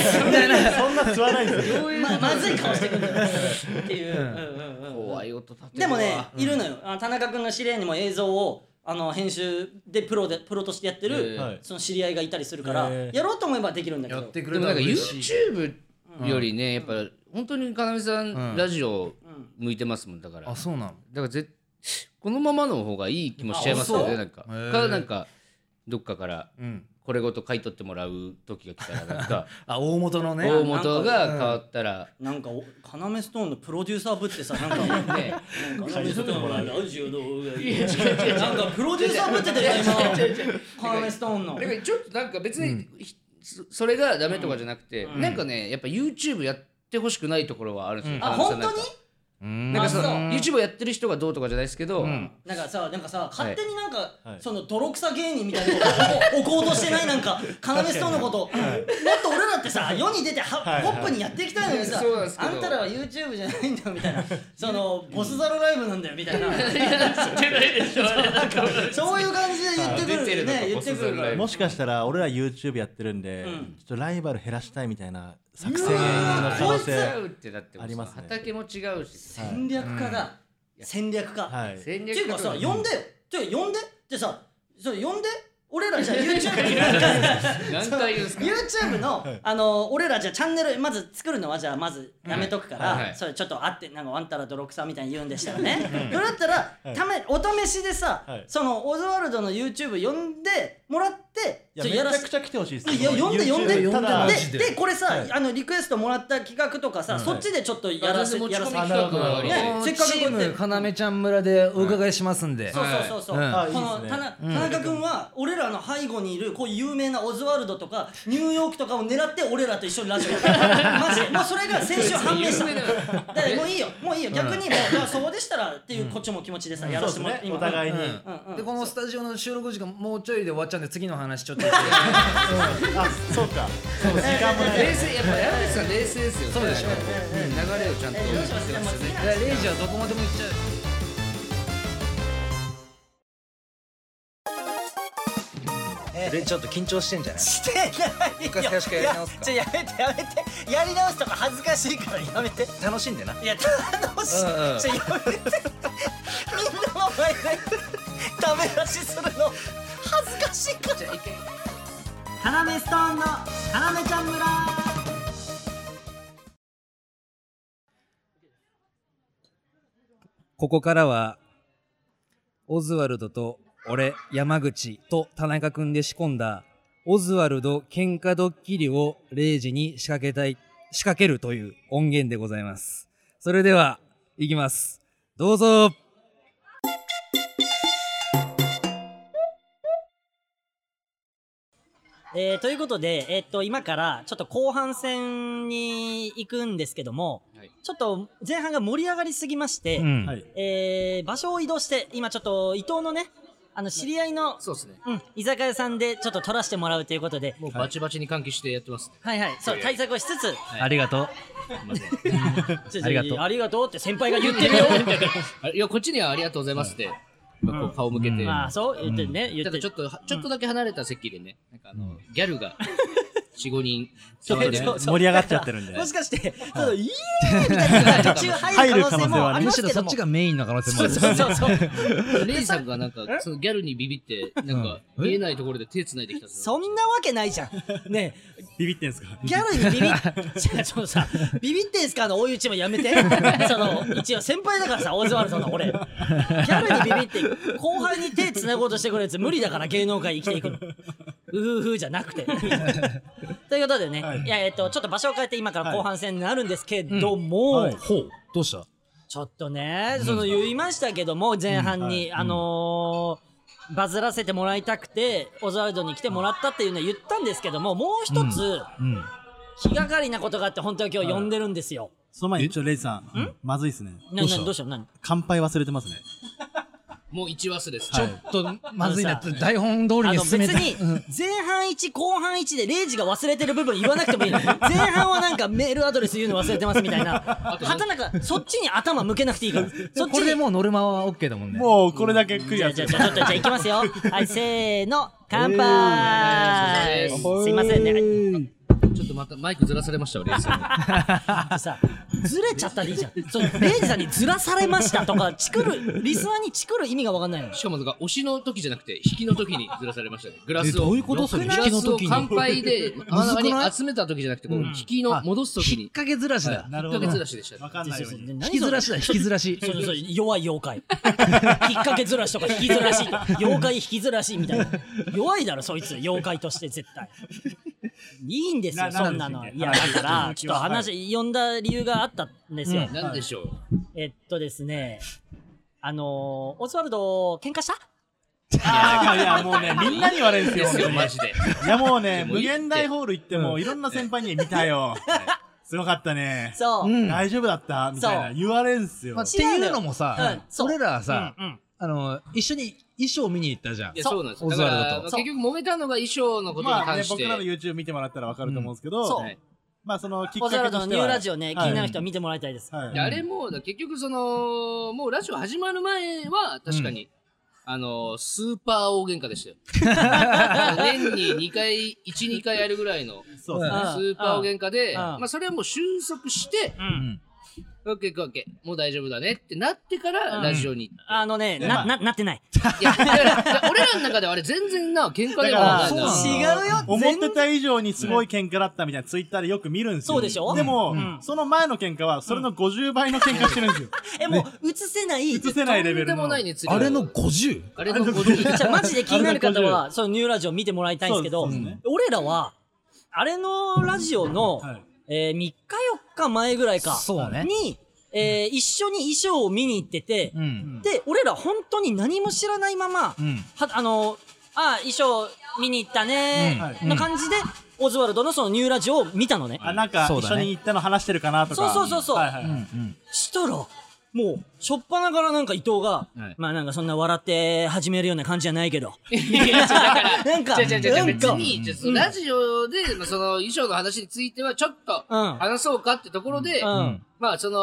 S4: んな吸わないんですよ
S1: ままずい顔してくるんだよっていううんうんうんうん
S3: 怖い音立て
S1: で
S3: る
S1: も
S3: わ
S1: ね、いるのよ。あの田中君の知り合いにも映像をあの編集でプロでプロとしてやってる、
S3: え
S4: ーはい
S1: その知り合いがいたりするから、
S4: えー
S1: やろうと思えばできるんだけ
S2: や
S1: ど。
S2: ってく
S3: で
S2: れ
S3: も
S2: た
S3: なん
S2: ら
S3: か
S2: 嬉しい
S3: YouTube よりねやっぱ本当に要さ
S2: うん
S3: んラジオ
S1: うん
S3: 向いてますもんだから
S2: あそうなの
S3: だからぜこのままの方がいい気もしちゃいますよ
S1: あそ
S3: ね
S1: う
S3: なんか
S2: へえ
S3: かなんかどっかから
S2: うん
S3: これごと買い取ってもらう時が来たらなんか
S2: あ大元の ね
S3: 大元が変わったら
S1: なんかお要ストーンのプロデューサーぶってさなんか
S3: ね
S1: なんかラジオ動画ラジオ動画なんかプロデューサーぶってたよ今要ストーンの
S3: だからちょっとなんか別にひそそれがダメとかじゃなくて
S1: うん
S3: なんかねやっぱ YouTube やってほしくないところはあるんですよ
S1: あ
S3: 要さん
S1: 本
S3: なん
S1: 当
S3: か
S1: に
S2: うん
S3: なんかその
S1: あそう
S3: YouTube やってる人がどうとかじゃないですけど
S2: うん
S1: なんかさ、なんかさ、勝手になんか、
S4: はい
S1: その泥臭芸人みたいなことを置こうとしてない、なんか、要ストーンのこと、もっと俺らってさ、世に出ては、
S4: はい
S1: ポップにやっていきたいのにさ、
S3: そうなんですけど
S1: あんたらは YouTube じゃないんだよみたいな、その、ボスザルライブなんだよみたいな、そういう感じで言ってくるよね、
S3: 出てるのか
S1: 言ってくるから。
S4: もしかしたら俺ら YouTube やってるんで、
S1: うん
S4: ちょっとライバル減らしたいみたいな作
S1: う
S4: 戦の
S1: わー
S4: 可能
S1: こい
S4: 性
S3: 違うってだっても
S4: ありますね
S3: 畑も違うし
S1: 戦略家だ、戦略家。
S4: はい
S3: 戦
S1: って
S3: 略
S1: いうかさ、呼ん
S3: と
S1: でよ、って呼んでってさ、それ呼んで俺らじゃあ YouTube
S3: 何回言うんですか
S1: YouTube の、あの俺らじゃあチャンネルまず作るのはじゃあまずやめとくから、
S3: うんはいはい
S1: それちょっとあってなんかあんたら泥臭みたいに言うんでしたらね、 それだったら、ためお試しでさ、
S4: はい
S1: そのオズワルドの YouTube 呼んでもらって
S4: いや
S1: ち
S4: め
S1: ょっとやら
S4: ちゃ
S1: せ
S4: くちゃ来てほしいです
S1: いや呼んで呼んで
S4: YouTube ただ
S2: マ
S1: で
S2: ジで
S1: でこれさ、
S4: はい
S1: あのリクエストもらった企画とかさ、そっちでちょっとやらせ
S3: 私持ち
S1: や
S3: 込
S1: ら
S3: み
S1: せ
S3: 企画があり
S1: ねせっかくこう
S2: チ
S1: や
S2: ー
S1: って
S2: ムかなめちゃん村でお伺いしますんで、
S1: そうそうそうそう、
S2: はい
S1: こ
S4: あい
S1: の
S4: いですね
S1: 田中田中君は俺らの背後にいるこういう有名なオズワルドとかニューヨークとかを狙って俺らと一緒にラジオやってるマジでもうそれが先週判明した
S3: 有名だから
S1: だからもういいよもういいよ逆にもういやそうでしたらっていうこっちも気持ちでさや
S4: そ
S1: ら
S4: うで
S1: せて
S4: す
S1: もらっ
S4: ね
S1: て今
S4: お互いに、
S1: うんうん
S2: でこのスタジオの収録時間もうちょいで終わっちゃうんで次の話ちょっと
S4: あそうかそう時間もない
S3: 冷静やっぱ山口さん冷静ですよそうでしょ流れをちゃんと
S1: えどうしますでも次の話
S2: レイジはどこまでも行っちゃうえちょっと緊張してんじゃない
S1: してないよ
S2: 回最初からやり直す
S1: いや
S2: か
S1: ちょやめてやめてやり直すとか恥ずかしいからやめて
S2: 楽しんでない
S1: や楽しい、
S2: うんうん
S1: ちょやめてみんなの前でダメ出しするの恥ずかしいからカナメストーンのカナメちゃん村
S5: ここからは、オズワルドと俺、山口と田中くんで仕込んだ、オズワルド喧嘩ドッキリを0時に仕掛けたい、仕掛けるという音源でございます。それでは、いきます。どうぞ
S1: えーということで、えーっと今からちょっと後半戦に行くんですけども、
S3: はい
S1: ちょっと前半が盛り上がりすぎまして、
S2: ん
S4: はい
S1: えー場所を移動して今ちょっと伊藤のねあの知り合いの、
S3: そうですね
S1: うん、居酒屋さんでちょっと撮らせてもらうということで
S3: もうバチバチに換気してやってます
S1: はいはいそう対策をしつつ
S5: ありがとう。
S1: ちょ
S5: ありがとう
S1: ありがとうって先輩が言ってるよ。
S3: あいやこっちにはありがとうございますってまあこう顔向けて
S1: まあそう言ってるね、言
S3: た
S1: って
S3: だ
S1: る
S3: ちょっとちょっとだけ離れた席でねなんかあのギャルが45人
S1: そう
S3: 騒いでる
S1: そうそう
S4: 盛り上がっちゃってるんで
S1: もしかして、ちょっとイエーイみたいな途中入る可能性もあり
S5: む
S1: ま
S5: し
S1: す
S5: ろ
S1: け
S5: そ
S1: ど
S5: っ
S1: も
S5: ち。がメインの可能性もあ
S1: そう
S5: る。
S1: そうそうそう。
S3: レイさんがなんかそのギャルにビビってなんか
S5: うんえ
S3: 見えないところで手繋いできたぞ
S1: そんなわけないじゃん。ねえ
S4: ビビってんすか
S1: ギャルにビビっ、ちょそのさ、ビビってんすかの追い打ちもやめて。 その、一応先輩だからさ、オズワルドの俺。ギャルにビビって、後輩に手繋ごうとしてくるやつ無理だから芸能界生きていくの。うふうふうじゃなくて。ということでね、い、や、えっと、ちょっと場所を変えて今から後半戦になるんですけども、
S4: はい
S5: ほう、どうした
S1: ちょっとね、その言いましたけども、前半に、あのーバズらせてもらいたくて、オズワルドに来てもらったっていうのは言ったんですけども、もう一つ、
S5: うん。
S1: 気がかりなことがあって、本当は今日呼んでるんですよ。
S4: その前にちょっとレイジさんまずいっすね
S1: な、な、どうしたの何
S4: 乾杯忘れてますね
S3: もう1話数です
S5: ちょっと、まずいな。台本通り
S1: あ
S5: に
S1: の別
S5: 進めた。
S1: に前半1後半1でレイジが忘れてる部分言わなくてもいいの前半はなんかメールアドレス言うの忘れてますみたいな畑中そっちに頭向けなくていいからそっ ち
S5: これで
S1: に
S5: もうノルマは OK だもんね。
S4: もうこれだけク
S1: じ
S4: リ
S1: ゃ
S4: ア
S1: あ
S4: す
S1: じゃあ
S4: る
S1: じゃあちょっとじゃあいきますよはいせーの乾杯
S3: えー
S1: すいませんね
S3: ちょっとまたマイクずらされましたわ、レイさんに。
S1: さずれちゃったでいいじゃんそのレイジさんにずらされましたとかチクるリスナーにチクる意味が分かんないの
S3: しかもなんか押しの時じゃなくて引きの時にずらされましたね。グラスを。
S5: えどういうことそれ
S3: グラ
S5: 引きの
S3: スを
S5: 時に
S3: 乾杯で真ん
S5: むずくな
S3: 中
S5: い
S3: に集めた時じゃなくて、こう引きの戻す時
S5: 引っ
S3: に。
S5: 掛けずらしだ。
S3: なるほど。ずらしでしたね。
S4: かんないように
S1: 引
S5: 引きずらしだ、引きずらし。
S1: そうそうそう弱い妖怪 引っ掛けずらしとか引きずらし妖怪引きずらしみたいな弱いだろそいつ妖怪として絶対いいんですよ
S4: な
S1: そんなの
S4: なんで
S1: い
S4: しょう
S1: や
S4: ね
S1: だからちょっと
S4: はい
S1: 話呼んだ理由があったんですよ、
S3: なんでしょう。
S1: えっとですねあのーオズワルド喧嘩した
S4: あーいやもうねみんなに言われるん
S3: で
S4: ですす
S3: よ、
S4: よ
S3: マ
S4: 本
S3: ジ で。
S4: 当にいやもう ね
S3: もう
S4: 無
S3: いいって
S4: 限大ホール行ってもいろんな先輩に見たよすごかったね
S1: そう、
S5: うん。
S4: 大丈夫だったみたいな
S1: そう
S4: 言われるんすよ
S5: まあっていうのも
S1: うん
S5: さ、
S1: そう
S5: 俺らはさ、
S1: うんうん
S5: あの、一緒に衣装見に行ったじゃん
S3: い。や、そうなんですよ。
S5: オ
S3: だ
S5: ズ
S3: か
S5: ワ
S3: ら
S5: ルドと、
S3: まあ結局揉めたのが衣装のことに
S4: まあね
S3: 関し
S4: 僕
S3: て。
S4: らの YouTube 見てもらったらわかると思うんですけ
S1: うん
S4: ど
S1: そう
S3: はい
S4: まあそのきっ
S1: オ
S4: か
S1: ズワ
S4: け
S1: ルド
S4: と
S1: のニ
S4: して
S1: ュー
S4: は
S1: ラジオね、気になる人は見てもらいたいです、
S4: はい
S3: であれも、だ結局その、もうラジオ始まる前は、確かに、あの、スーパー大喧嘩でした よ。年に2回、1、2回やるぐらいの、ス
S4: そうですね
S1: うん
S3: ーパー大喧嘩で、
S1: うん
S3: まあそれはもう収束して、
S1: うん
S5: うん
S3: オッケーオッケーオッケー、もう大丈夫だねってなってか
S1: う
S3: ら、
S1: ん
S3: ラジオに行って。
S1: あのね、
S4: ね
S1: な、な、なってない。
S3: いや、だから俺らの中ではあれ全然な、喧嘩でもな
S4: だ
S3: い
S4: から
S3: な。
S4: そう
S1: 違うよ
S4: 思ってた以上にすごい喧嘩だったみたいなツイッターでよく見るんですよ。
S1: そうでしょ
S4: でも、
S1: うん
S4: その前の喧嘩はそれの50倍の喧嘩してるんですよ。
S1: え、もう、映せない。
S4: 映せないレベル
S3: とんで
S4: の。
S3: もない熱量
S5: あれの 50?
S3: あれの50
S1: じゃあマジで気になる方は、そのニューラジオ見てもらいたいんですけど、
S4: そうですね
S1: 俺らは、あれのラジオの、
S4: はい
S1: えー、3日4日前ぐらいか、
S5: そうね
S1: に、えー一緒に衣装を見に行ってて、
S5: うん。
S1: で、俺ら本当に何も知らないまま、
S5: うん。
S1: はあのああ、衣装見に行ったね
S4: う
S1: ー、
S4: ん
S1: の感じで、オズワルドのそのニューラジオを見たのね。
S4: あ、なんか、
S5: そう
S4: 一
S5: だ
S4: 緒
S5: ね
S4: に行ったの話してるかなとか。
S1: そうそうそうそう
S4: はいはい
S5: うん。うん。
S1: したら、もう、しょっぱなからなんか伊藤が、
S3: はい
S1: まあなんかそんな笑って始めるような感じじゃないけど。
S3: いやいやだから
S1: なんか、
S3: 違う違う違う
S1: なん
S3: 別
S1: か、
S3: に、じゃあそのラジオで、まあ、その衣装の話についてはちょっと
S1: うん
S3: 話そうかってところで、
S1: うん
S3: まあその、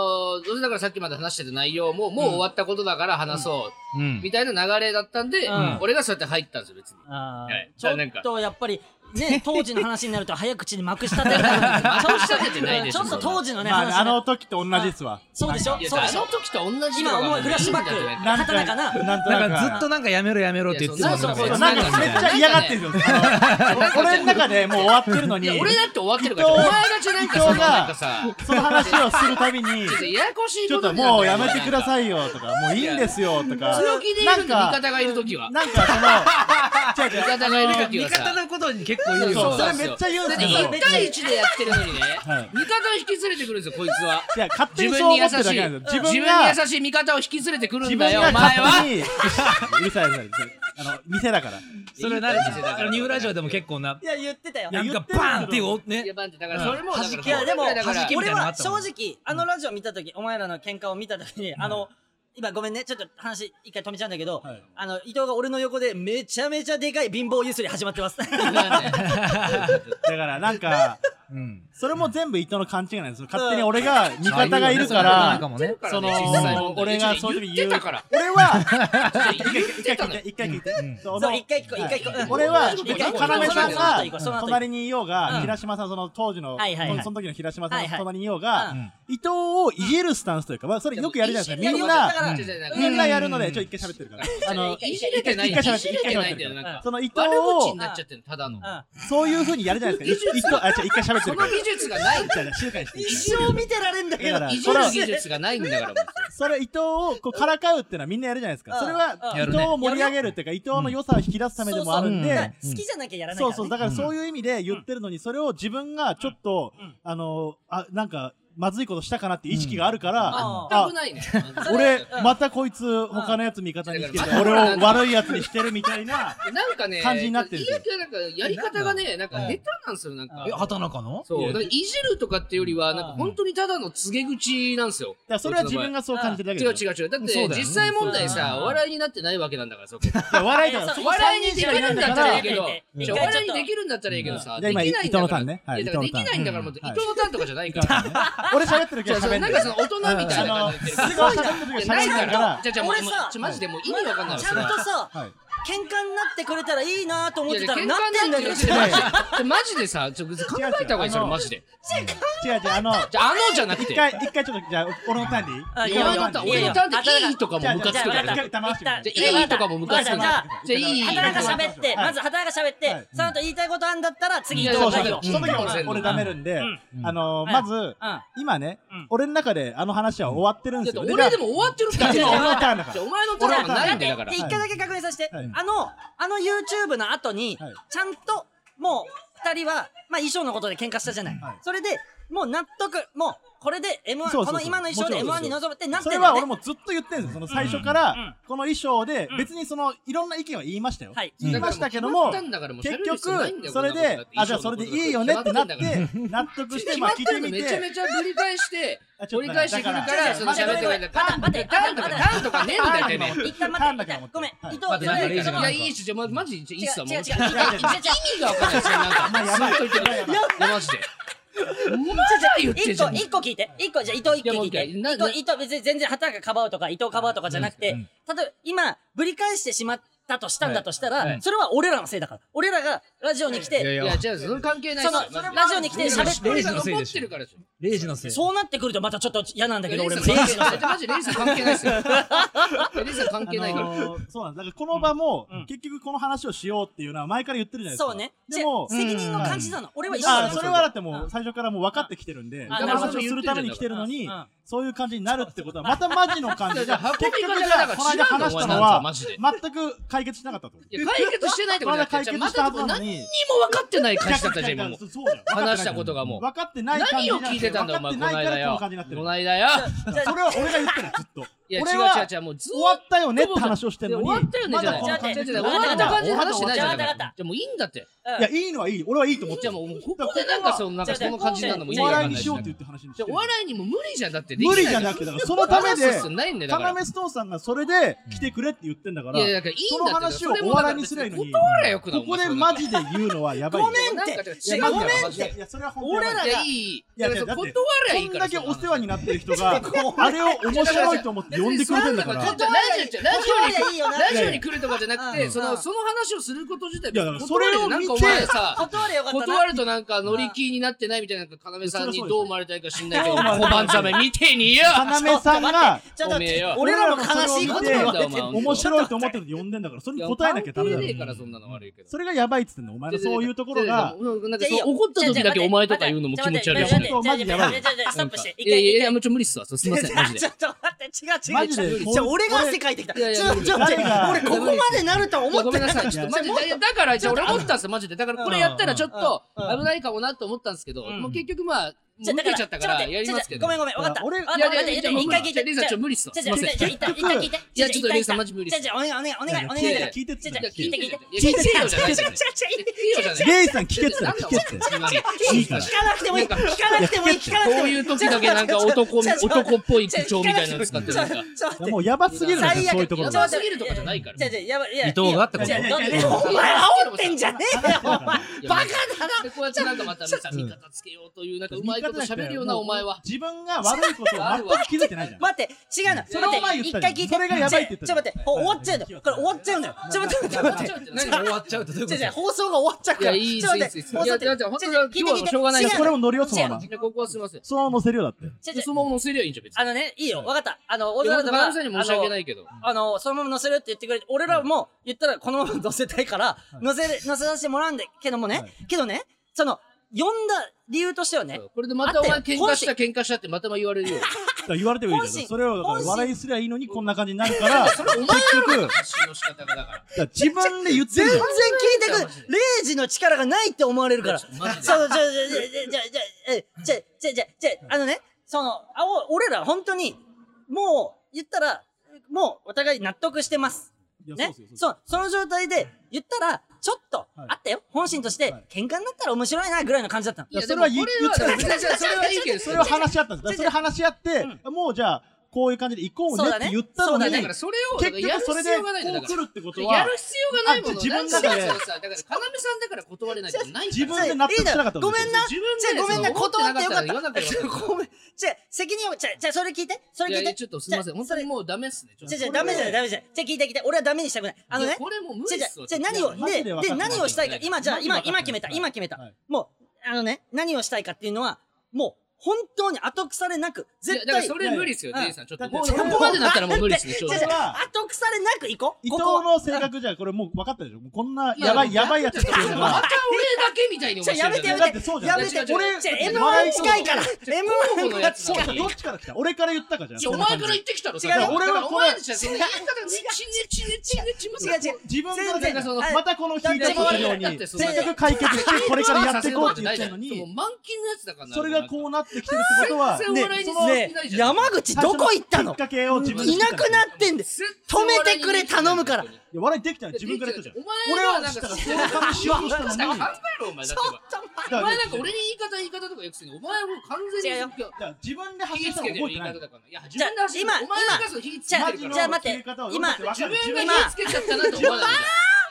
S3: どうせだからさっきまで話してた内容ももう終わったことだから話そうう、
S5: ん。
S3: みたいな流れだったんで、
S1: うん
S3: 俺がそうやって入ったんですよ、別に。
S1: あー
S3: はい
S1: ち
S3: じゃあなん
S1: ょっ
S3: か
S1: とやっぱり、 ね、当時の話になると早口にまくしたてるちょっと
S3: まくしたててないでしょ
S1: ちょっと当時のね、
S4: ま
S1: 話
S4: あ、あの時と同じですわ。
S1: そうでしょ
S3: いや、
S1: そうで
S3: あ
S1: し
S3: の
S1: ょ
S3: 時と同じ
S1: 今
S3: のが
S1: 思うフラッシュバッ
S3: いいんだって
S1: ク、
S3: ね
S4: なんとな
S1: 刀
S4: く
S1: かな
S4: なんと
S5: な
S4: なんく
S5: かずっとなんかやめろやめろって言ってた
S3: い
S5: もんね
S3: やそうそう
S4: そう
S3: そう
S4: なんかめっちゃ嫌がってるんですよ。あ の俺の中でもう終わってるの
S3: い
S4: に、
S3: や、俺だって終わってるから、お前がちなんかその、
S4: 伊藤が
S3: なんかさ、
S4: その話をするたびに、
S3: ちょっとややこしい
S4: ちょ
S3: こと
S4: っと
S3: になる
S4: もうやめてくだ
S3: い。
S4: さいよとか、もういいんですよとか。
S3: 強気でい
S4: な
S3: る
S4: ん
S3: んだ
S4: か
S3: 味方がいる時は。
S4: なん
S3: 味。方がいる時
S4: かその、違う違う
S3: は
S5: 味
S3: さ
S5: 方。のことに結構言う
S4: そ
S5: よ
S4: うそれめっちゃ言うん
S3: だっ
S4: です
S3: て
S4: よ
S3: 1対1でやってるのにね、
S4: はい
S3: 味方を引き連れてくるんですよ、こいつは。
S4: いや、勝手
S3: 自分
S4: にそう
S3: に優
S4: 思っ
S3: してい。
S4: るだけなんですよ。
S3: 自分
S4: が
S3: に優しい味方を引き連れてくる
S4: 自
S3: ん
S4: 分
S3: だよ、お
S4: が
S3: 前
S4: 勝
S3: は。
S4: 手にうるさいうるさい。うるさいあの店だから。
S5: それなニューラジオでも結構な、
S1: いや、言ってたよ
S4: い。や
S5: なん
S4: 言っ
S5: か
S4: てる
S5: バーンっていうお
S3: いや
S5: ね。
S3: バンってだからそれもだから
S5: 弾
S1: いや、でも、
S3: だから
S5: 弾きみたい
S1: 俺
S5: なのあ
S1: は
S5: ったも
S1: 正
S5: ん
S1: 直、あのラジオ見たとき、お前らの喧嘩を見たときに、あの、今ごめんね、ちょっと話一回止めちゃうんだけど
S4: はい、
S1: あの、伊藤が俺の横でめちゃめちゃでかい貧乏ゆすり始まってます。
S4: だからなんか、
S5: うん。
S4: それも全部伊藤の勘違いなんですよ。勝手に俺が味方がいるか
S5: あいいよねそんなことないかも、ね
S4: らその
S3: 実際問題
S4: 俺がそういう時
S3: 言っ
S4: 言う
S3: てたから。
S4: 俺は、
S3: 言って
S4: 一回
S3: た
S4: 聞い
S3: のよ
S4: て、一回聞いて。そ
S1: そ
S4: の
S1: う、一回聞こう、一回聞こううん。
S4: 俺は、
S1: 一
S4: 要
S1: 回
S3: や
S1: 聞こう
S4: 要要さん
S1: その後行こうその後行こう
S4: が、隣にいよう
S1: うん
S4: が、平島さん、その当時の、
S1: はいはいはい
S4: その時の平島さ
S1: は
S4: ん
S1: い
S4: の
S1: はい
S4: 隣にいようが
S1: うん、
S4: 伊藤をいじるスタンスというか、まあそれよくやるじゃないですか。みん
S1: だから
S4: な、
S3: 違う違う違う
S4: みんなやるので、ちょ、一回喋ってるから。あの、
S3: いじれてないんだよ。いじれてないんだよ。なんか
S4: その伊藤
S3: 悪口
S4: を
S3: に、なっちゃってるのただの。
S4: そういう風にやるじゃないですか。一回、あ、じゃ一回喋って
S3: そ
S4: る
S3: の
S4: か
S3: 技術がない。
S4: ら。静かにして。
S1: 一生見てられんだけど
S4: だか、ら
S3: いじる技術がないんだから。
S4: それ伊藤をこうからかうっていうのはみんなやるじゃないですか。それは
S1: うん
S5: やる
S4: 伊藤
S5: ね
S4: を盛り上げるっていうか、伊藤の良さを引き出すためでもあるん
S5: そう
S4: で、
S1: 好きじゃなきゃやらないから、
S4: そう
S1: ね。
S4: そう、だからそういう意味で言ってるのに、それを自分がちょっと、あの、あ、なんか、まずいことしたかなって意識があるから、
S1: うん
S3: 全
S4: あ
S3: く、ないね。
S4: 俺、またこいつ他のやつ味方にして
S3: うん
S4: る、俺を悪いやつにしてるみたいな、
S3: なんかね、
S4: 感じになってるん
S3: い
S4: ですよ
S3: やなんかやり方がね、なんか下手なんですよ、なんか
S5: え、。畑中の
S3: そう。だからいじるとかっていうよりは、なんか本当にただの告げ口なんですよ。
S4: だからそれは自分がそう感じてるだけ
S3: 違う
S4: でしょ
S3: 違う違う。だっ
S5: そう
S3: て
S5: だよ
S3: 実際問題さ、お笑いになってないわけなんだから、そこ。
S4: いや笑いだから、そこ
S3: 笑いにできるんだったらいいけ
S1: う
S3: ど、
S1: ん
S3: じゃあお笑いにできるんだったらいいけどさ、
S4: うん
S3: できないん
S4: じゃあ今伊藤
S3: だ
S4: の
S3: か
S4: タ
S3: ら、
S4: ーンねはい
S3: いやだからで
S4: 伊藤
S3: き
S4: のターン
S3: ないんだから、もう伊藤のターンとかじゃないから。
S4: 俺喋ってるけ
S3: じゃ
S4: ど
S3: あその
S4: 喋ん
S3: な
S4: なんい
S3: かその大人みたいな感じで言ってる
S4: あの、喋ってる
S3: ない
S4: けど喋ん
S3: か
S4: ないからら、
S3: じゃあじゃあもう
S1: 俺さ
S3: ちょマジでもう意味わかんないわ
S1: ちゃんとさ、
S4: はい。
S1: 喧嘩になってくれたらいいなと思っ
S3: い
S1: てた
S3: や
S1: らなっ
S3: 喧
S1: てんだ
S3: 嘩
S1: けど
S3: になってるマジでマジでさ、ちょっと考えた方がいい、それマジで。
S4: 違う違う、あの、
S3: じゃあ、あのじゃなく
S4: 一
S3: て。
S4: 回、一回ちょっと、じゃあ、俺のターンでいい
S1: あいいよ
S3: 今のターン、
S1: いいよ
S3: 俺のターン
S1: いい
S3: で
S1: よ
S3: いいとか
S4: じゃ
S3: も
S4: あ、
S3: ム
S4: じ
S3: カ
S4: ゃ
S3: つくか
S4: あ、
S3: ら。じ
S4: 一
S3: ゃ
S4: 回騙して
S1: 一旦
S4: みる
S3: あ、いいとかもムカつくか
S1: じゃ
S3: ら
S1: あ。
S3: じゃあ、いい。
S1: 畑中喋って、
S4: はい
S1: まず畑中喋って、
S4: はい
S1: その後言いたいことあんだったら次
S3: い
S1: 伊
S3: や
S1: 藤
S4: そ
S1: の
S4: うそ
S1: 回
S4: う
S1: を
S4: そうの時は俺
S3: うん
S4: 俺ダメるんで、あの
S1: うん
S4: まず、
S1: うん
S4: 今ね
S1: うん、
S4: 俺の中であの話は終わってるんですよ。
S3: 俺で
S4: も、
S3: も終わってるか
S4: 俺
S3: ら。じゃ
S4: の
S3: あ、
S4: ターンだから。
S3: お前のターンはないんだよだから
S1: で。一回だけ確認させて、
S4: はい
S1: あのあの YouTube の後に、
S4: はい
S1: ちゃんともう2人は、まあ、衣装のことで喧嘩したじゃない、
S4: はい
S1: それでもう納得もうこれで M1
S4: そうそうそう
S1: この今の衣装で
S4: もちろん
S1: M1 に臨むってなって
S4: そ
S1: んだ
S4: れ
S1: よ
S4: は
S1: ね
S4: 俺もずっと言ってるんですよ。その最初から、この衣装で、別にその、いろんな意見は言いましたよ。
S1: はい
S4: 言いましたけども、結局、それで、あ、じゃあそれでいいよねってなって、納得して、
S3: 決
S4: ま
S3: まっ
S4: あ聞い
S3: て
S4: て
S3: るの
S4: み
S3: めちゃ
S4: て、
S3: めちゃぶり返して
S4: あ、ちょっ
S3: 折
S4: と
S3: り
S4: だ
S3: 返してくるから、その喋ってくれんだから。
S1: 待て
S3: ターンとか、ターンとかねえんだよ、てめえ
S1: 一旦
S4: ター
S1: 待
S4: ン
S1: っ
S4: だか
S1: て
S4: ら持って
S1: ごめん伊
S4: はい
S1: 藤
S3: 待って、
S1: ごめん
S3: いや、いいし、じゃあ、マジ、いいっすわ、もう。意味がわかんない
S4: まあやばい
S3: ずっと言ってる。いや、マジで。マジで言って
S1: 一
S3: じゃ
S1: 個
S3: ん。
S1: 一個聞いて一個じゃあ伊藤一個聞いて
S3: いや
S1: 伊
S3: もう一回な
S1: 藤伊藤別に全然畑がかばうとか伊藤かばうとかじゃなくて、例えば今ぶり返してしまったとしたんだとしたら、それは俺らのせいだから俺らがラジオに来て
S6: いやいや
S3: いや、じゃあ、それ関係ない
S1: そのラジオに来て喋って
S3: 俺が残ってるからでしょ。
S2: レイジのせい。
S1: そうなってくるとまたちょっと嫌なんだけど俺も
S3: レイさんマジレイさん関係ないですよ。レイさん関係ないから。
S4: あのーそうなんです。だからこの場も
S1: うん、
S4: 結局この話をしようっていうのは前から言ってるじゃないですか。
S1: そうね
S4: でも、
S1: じゃあ責任の感じなの、俺は一緒
S4: あ
S1: だ
S4: あそれはだってもう最初からもう分かってきてるんで、
S1: あ
S4: この話をするために来てるのに、そういう感じになるってことは、またマジの感じ
S3: じ
S4: じゃ
S3: ゃあ
S4: あ、、
S3: 運
S4: 結
S3: び
S4: 局
S3: 方
S4: じ
S3: が
S4: ゃ
S3: だか
S4: あ、この間
S3: ら
S4: 話したの
S3: マ
S4: は、
S3: ジで。
S4: 全く解決しなかったってこと。
S3: いや、解決してないってこ
S4: ま
S3: とだ
S4: だ
S3: って、
S4: 解
S3: じゃ
S4: 決
S3: あま
S4: し
S3: た
S4: たはず
S3: 何
S4: なの
S3: 何に
S4: に
S3: も。分かってない感じだったじゃん、今もう。
S4: そうだよ。
S3: 話したことがもう。
S4: 分かってない感じ
S3: 何
S4: じゃ
S3: を
S4: な
S3: 聞いてたんだよ、お前、
S4: 分
S3: この
S4: かってないから
S3: 間
S4: この
S3: よ。
S4: 感じになってる
S3: こ。の間よ。
S1: じゃ
S4: それは俺が言ってる、ずっと。
S3: いや、違う
S4: 俺
S3: 違
S4: は
S3: う違う、もうずっ
S4: 終わ
S3: と。
S4: ったよねって話をしてるのに。
S3: 終わったよね、じゃない。
S4: ま
S3: じ
S4: だ
S3: ゃ
S4: この感じ
S3: 終わった感じで話してないじゃん。
S1: わかったわかった
S3: じゃあもういいんだって。
S1: あ
S4: いや、いいのはいい。俺はいいと思って
S3: じゃあ
S4: る。
S3: もう、ここでなんかその、なんかその感じになるのもいい
S4: お
S3: わか
S4: 笑
S3: ん
S4: いに
S3: ない
S4: し
S3: じゃ
S4: よ
S3: ん
S4: うって言って話に
S3: じ
S4: して
S3: ゃ
S4: る
S3: あお笑いにも無理じゃんだって。
S4: 無理じ
S3: な
S4: ゃな
S3: く
S4: くて、だからそのため
S3: 話
S4: で、
S3: すんないんだよ、だから
S4: 要。ストーンさんがそれで来てくれって言ってんだから、
S3: いや、だからいいんだって。
S4: その話をお笑いにすりゃいいのに
S3: 断れよ、くな
S4: ここでマジで言うのはやばいよ。
S1: ごめんって
S3: 違う、ごめんっ
S4: いや
S3: て
S4: い。や、それは本当に
S1: 俺
S4: やばい
S1: らが
S3: いや、いい。い
S4: いや
S3: や、
S4: いや
S3: 断
S4: だって
S3: れゃいい
S4: こ
S3: か
S4: ん
S3: ら。
S4: だけお世話になってる人が、あれを面白いと思って呼んでくれてんだから。
S3: ラ
S4: い
S1: 断り
S3: ジオラジオに
S1: ゃいいよな
S3: ラジオに来るとかじゃなく
S1: う
S3: て、
S1: ん
S3: そ
S1: うん
S3: のその話をすること自体、
S4: や、だからそ
S3: 断
S4: れ
S3: る
S4: を
S3: なん
S4: 見
S3: かお
S4: て、
S3: 前さ、
S1: 断れよかったな
S3: 断るとなんか乗り気になってないみたいな、要さんに
S4: そりゃそうですよ
S3: どう思われたいか知んないけど、小判ザメ見てによ
S4: 要さんが、
S1: ちょっと待って
S3: おめえよ
S1: 俺らも悲しいこと
S4: 見
S1: 言わ
S4: て
S1: れてる
S4: 面白いと思ってるって呼んでんだから、それに答えなきゃダメだ
S3: 関係ねえ
S4: ろ。
S3: から、そんなの悪いけど。
S4: それがやばいっつってんの、お前のそういうところが。
S3: なん
S1: じ
S3: か
S1: ゃあいいよ
S3: そう怒った時だけお前とか言うのも気持ち悪いし
S1: 待っ
S3: ね。
S1: て待って待って待ってストップして一
S3: いや
S1: 回
S3: い
S1: 一
S3: やいや、
S1: 回
S3: もうちょ無理っすわ。そうすいません、マジで
S1: ちょ。っと待って違う違う
S4: マジで
S1: じゃあ俺が汗かいてきた
S3: いやいや
S1: ちょっとちょっと
S4: いやいや
S1: 俺ここまでなるとは思っ
S3: ご
S1: て
S3: めん
S1: な
S3: なさ
S1: か
S3: い、
S1: っ
S3: ち
S1: た
S3: ょっと待って、だだから、じゃあ俺思ったんですよ、マジで。だからこれやったらちょっと危ないかもなと思ったんですけど、
S1: うん
S3: もう結局まあ、もう見
S1: だか
S3: て
S1: ら
S3: ちゃったから、やりますけど。
S1: ごめんごめん、わかった。
S4: 俺
S1: わかった
S3: いや
S1: わかった
S3: いやいや
S1: ちょ
S3: いや
S1: 一回聞い
S3: じゃ
S1: て。
S3: あレイさんちょ無理っすわ
S1: じゃあじゃあ
S3: すいません
S1: じゃあ一旦一回聞いて。
S3: いやちょっとレイさんマジ無理っ
S1: じゃ
S3: す
S1: あじゃあお願いお願いお願いお願い
S3: い
S1: だ
S3: や
S1: から。
S4: 聞いてっつって
S1: じゃあじゃあ聞
S3: 聞
S1: い
S3: い
S1: て
S3: て
S1: 聞いて。
S3: 聞いて
S1: じゃあ
S3: 聞いて
S1: じゃあじゃあじゃあ
S3: 聞いて聞いて
S4: レイさん聞けっつって聞けっつって。
S3: いいから
S1: 聞かなくてもいい。聞かなくてもいい。聞かなくて
S3: こ
S1: も
S3: う
S1: いい。
S3: いう時だけなんか男、男っぽい口調みたいなの使ってなんか。
S1: ちょっと
S4: もうやばすぎるんですよ、そういうところ
S3: や
S1: ちょ
S4: が。
S3: ばすぎるとかじゃないから。
S1: じゃあじゃあやばいいや。
S2: 伊藤がってこと
S1: いやいやいや
S4: いやいや
S1: お前煽ってんじゃねえよ。お前バカだな。
S3: で、こうやってなんかまたさ、味方つけようという、なんかうまいこと喋るような、お前は。
S4: 自分が悪いことを全く気づいてないじゃん。
S1: 待って、違うの。
S4: それお前
S1: 待って、
S4: 言
S1: 一
S4: ったじゃ
S1: 回聞いて。
S4: んそれがやばいって言っ
S1: ち
S4: たじ
S1: ょ
S4: ゃん
S1: ちょ待って、終わっちゃうの。これ終わっちゃうんだよ。ちょ待って待って待って。
S2: 何が終わっちゃうってどういう
S1: じ
S2: こ
S1: ゃ
S2: と
S1: あじゃあ放送が終わっちゃうから。
S3: いやいい
S1: ちょっと待っ
S3: いい
S1: て
S3: です
S1: 放送って
S3: いやだって本当だ
S1: ちょっと聞いて
S3: 今日はしょうがない
S1: 聞
S3: か
S1: て違
S3: ら
S4: こ
S1: う
S4: れ
S1: の
S4: も乗るよ、そのまま。
S3: ここはすみません。
S4: そのまま乗せるよ、だって。
S1: ちょちょ
S3: そのまま乗せりゃいいんじゃん、別に。
S1: あのね、いいよ。わかった。あの、大
S3: い
S1: 空
S3: や
S1: と
S3: 本当
S1: か
S3: バランさんに申し訳ないけど。
S1: あの、そのまま乗せるって言ってくれて、俺らも言ったらこのまま乗せたいから、乗せる、乗せさせてもらうんだけどもね、けどね、その、呼んだ理由としてはね、
S3: そうこれでまたお前
S1: あって
S3: 喧嘩した喧嘩したってまたま言われるよ。
S4: だから言われてもいいじゃん。それをだから笑いすりゃいいのにこんな感じになるから、結局、だか
S3: 発信の仕方がだから。
S4: ら自分で言って
S1: 全
S4: るじ
S1: 然
S4: ゃん。
S1: 聞いてくる。レイジの力がないって思われるから。そう、じゃあ、じゃあ、じゃあ、じゃあ、じゃあ、じゃあ、じゃあ、じゃあ、あのね、その、あお、俺ら本当に、もう、言ったら、もう、お互い納得してます。
S4: いや
S1: ね
S4: そう。です
S1: そ
S4: よ
S1: う、その状態で、言ったら、ちょっと、
S4: はい
S1: あったよ。本心として
S4: はい、
S1: 喧嘩になったら面白いな、ぐらいの感じだったの。
S3: いや、
S4: そ
S3: そ
S4: れ
S3: れは
S4: は言
S3: 言
S4: っ
S3: っ
S4: ち
S3: ち
S4: ゃダ
S3: ゃ
S4: メ
S3: それはいいけど、
S4: そ
S3: そ
S4: れ
S3: れ
S4: を
S3: は。
S4: 話し合ったんです。だからそれ話し合って、もうじゃあ、こういう感じで行こうねって言ったの
S1: そうだ
S4: に、
S1: ね
S3: だ
S1: そ
S3: か
S1: う
S3: らそ
S4: 結
S3: れを、だからやる
S4: 局それ
S3: 必
S4: で
S3: 要がないんだ
S4: こ
S3: よだから。
S4: う来るってこと
S3: や
S4: は
S3: る、必要がないもの。
S4: あ自分の中で
S3: なんかさだから、要さんだから断れないとかないんだよ
S4: 自分で納得しなかった
S1: ごめんな。
S3: 自分で
S1: じゃあごめんな、
S3: そう思って
S1: 断ってよかっ
S3: なかったら言わなくてよかった
S1: 。ごめん。じゃ責任を、じゃじゃそれ聞いて、そ
S3: い
S1: れ
S3: や
S1: 聞い
S3: いや
S1: て。
S3: ちょっとすみません。本当にもうダメっすね。ちょっ
S1: じ
S3: と
S1: ゃじゃダメじゃない、ダメじゃない。じゃ聞いて聞いて、俺はダメにしたくない。あの
S3: い
S1: ね
S3: や、これもう無
S1: じ
S3: 理
S1: ゃ
S3: っ
S1: じゃ
S3: すわ
S1: じゃ何を、
S4: マジ
S1: で、
S4: で
S1: で
S4: 分かんない
S1: 何をしたいか、今じゃあ、今、今決めた、
S4: はい
S1: 今決めた
S4: はい。
S1: もう、あのね、何をしたいかっていうのは、もう、本当に後腐れなく、
S3: いや
S1: 絶
S3: だから
S1: 対、
S3: それ無理っすよ、
S1: うん
S3: デイさん。ちょっと
S4: だって
S3: もうここまでだったらもう無理っすね、
S1: だって
S3: 正直
S1: じゃ。じゃ後腐れなく行こう。
S4: 伊
S1: こ
S4: 藤
S1: こは
S4: の性格じゃこれもう分かったでしょもうこんなやばいやばいやつって
S3: また
S4: い
S3: 俺
S4: うの
S3: だ
S4: は
S3: けみたいに
S1: じゃあ
S3: 面白
S1: やめてや
S3: いじゃん
S4: だ
S1: め
S4: って
S1: て。
S4: そうじ
S1: や
S4: ゃん
S1: め
S3: 違う違
S1: て、
S3: う
S1: 俺、じゃ
S4: 違う
S1: M1 近いから。
S3: 交
S1: M1
S3: 互の
S1: が
S3: やつ
S1: 近
S3: だ
S1: い。
S3: もん
S4: どっちから来た俺から言ったかじゃん
S3: いや
S4: そ
S3: お
S4: の
S3: 前
S4: 感
S3: か
S4: じ
S3: ら言ってきたろ。
S1: 違う
S3: だから
S4: 俺は
S3: お
S4: これ
S3: 前たちはその言い方がねちねちねちねちねちね
S1: 違う違う。
S4: 自分から
S3: なんかその
S4: ねまたこの引いたことように
S3: せ
S4: せっかく解決してこれからやっていこうって言ってるの
S3: もう
S4: に
S3: 満金のやつだからな
S4: それがこうなってきてるってことは
S3: 全然お笑いに
S4: その
S1: ね
S3: ないじゃん
S1: 山口どこ行ったの
S4: きっかけを自分で
S1: いなくなってんで。
S3: 絶対
S1: 止めてくれ頼むから。
S4: いや笑いできたの自分から言ったじゃん
S3: お前
S4: 俺
S3: は
S4: は
S3: なん
S4: した
S3: からそ
S4: そうう
S3: いう
S4: 感じしようとした
S3: 考
S4: のに
S3: えろお前だってお前
S1: ちょっと待って
S3: お前なんか俺に言い方言い方とかよくするのお前はもう完全に
S1: 違うよ
S3: いや
S4: だから自分で走
S3: 火
S4: っ
S3: つ
S4: たの
S3: けてる言
S4: 覚え
S3: い
S4: てない
S3: 方
S4: の
S3: だからいや自
S1: じゃあ
S3: 分で走る
S1: 今
S3: お前がそう火つけ
S1: じゃ
S3: て
S1: あ
S3: るから
S1: じゃあ待って
S4: 自分の
S1: 今
S4: 切れ方を
S3: 自
S4: 読
S3: 分
S4: んでて分かる
S3: が火つけちゃったなと思わないのか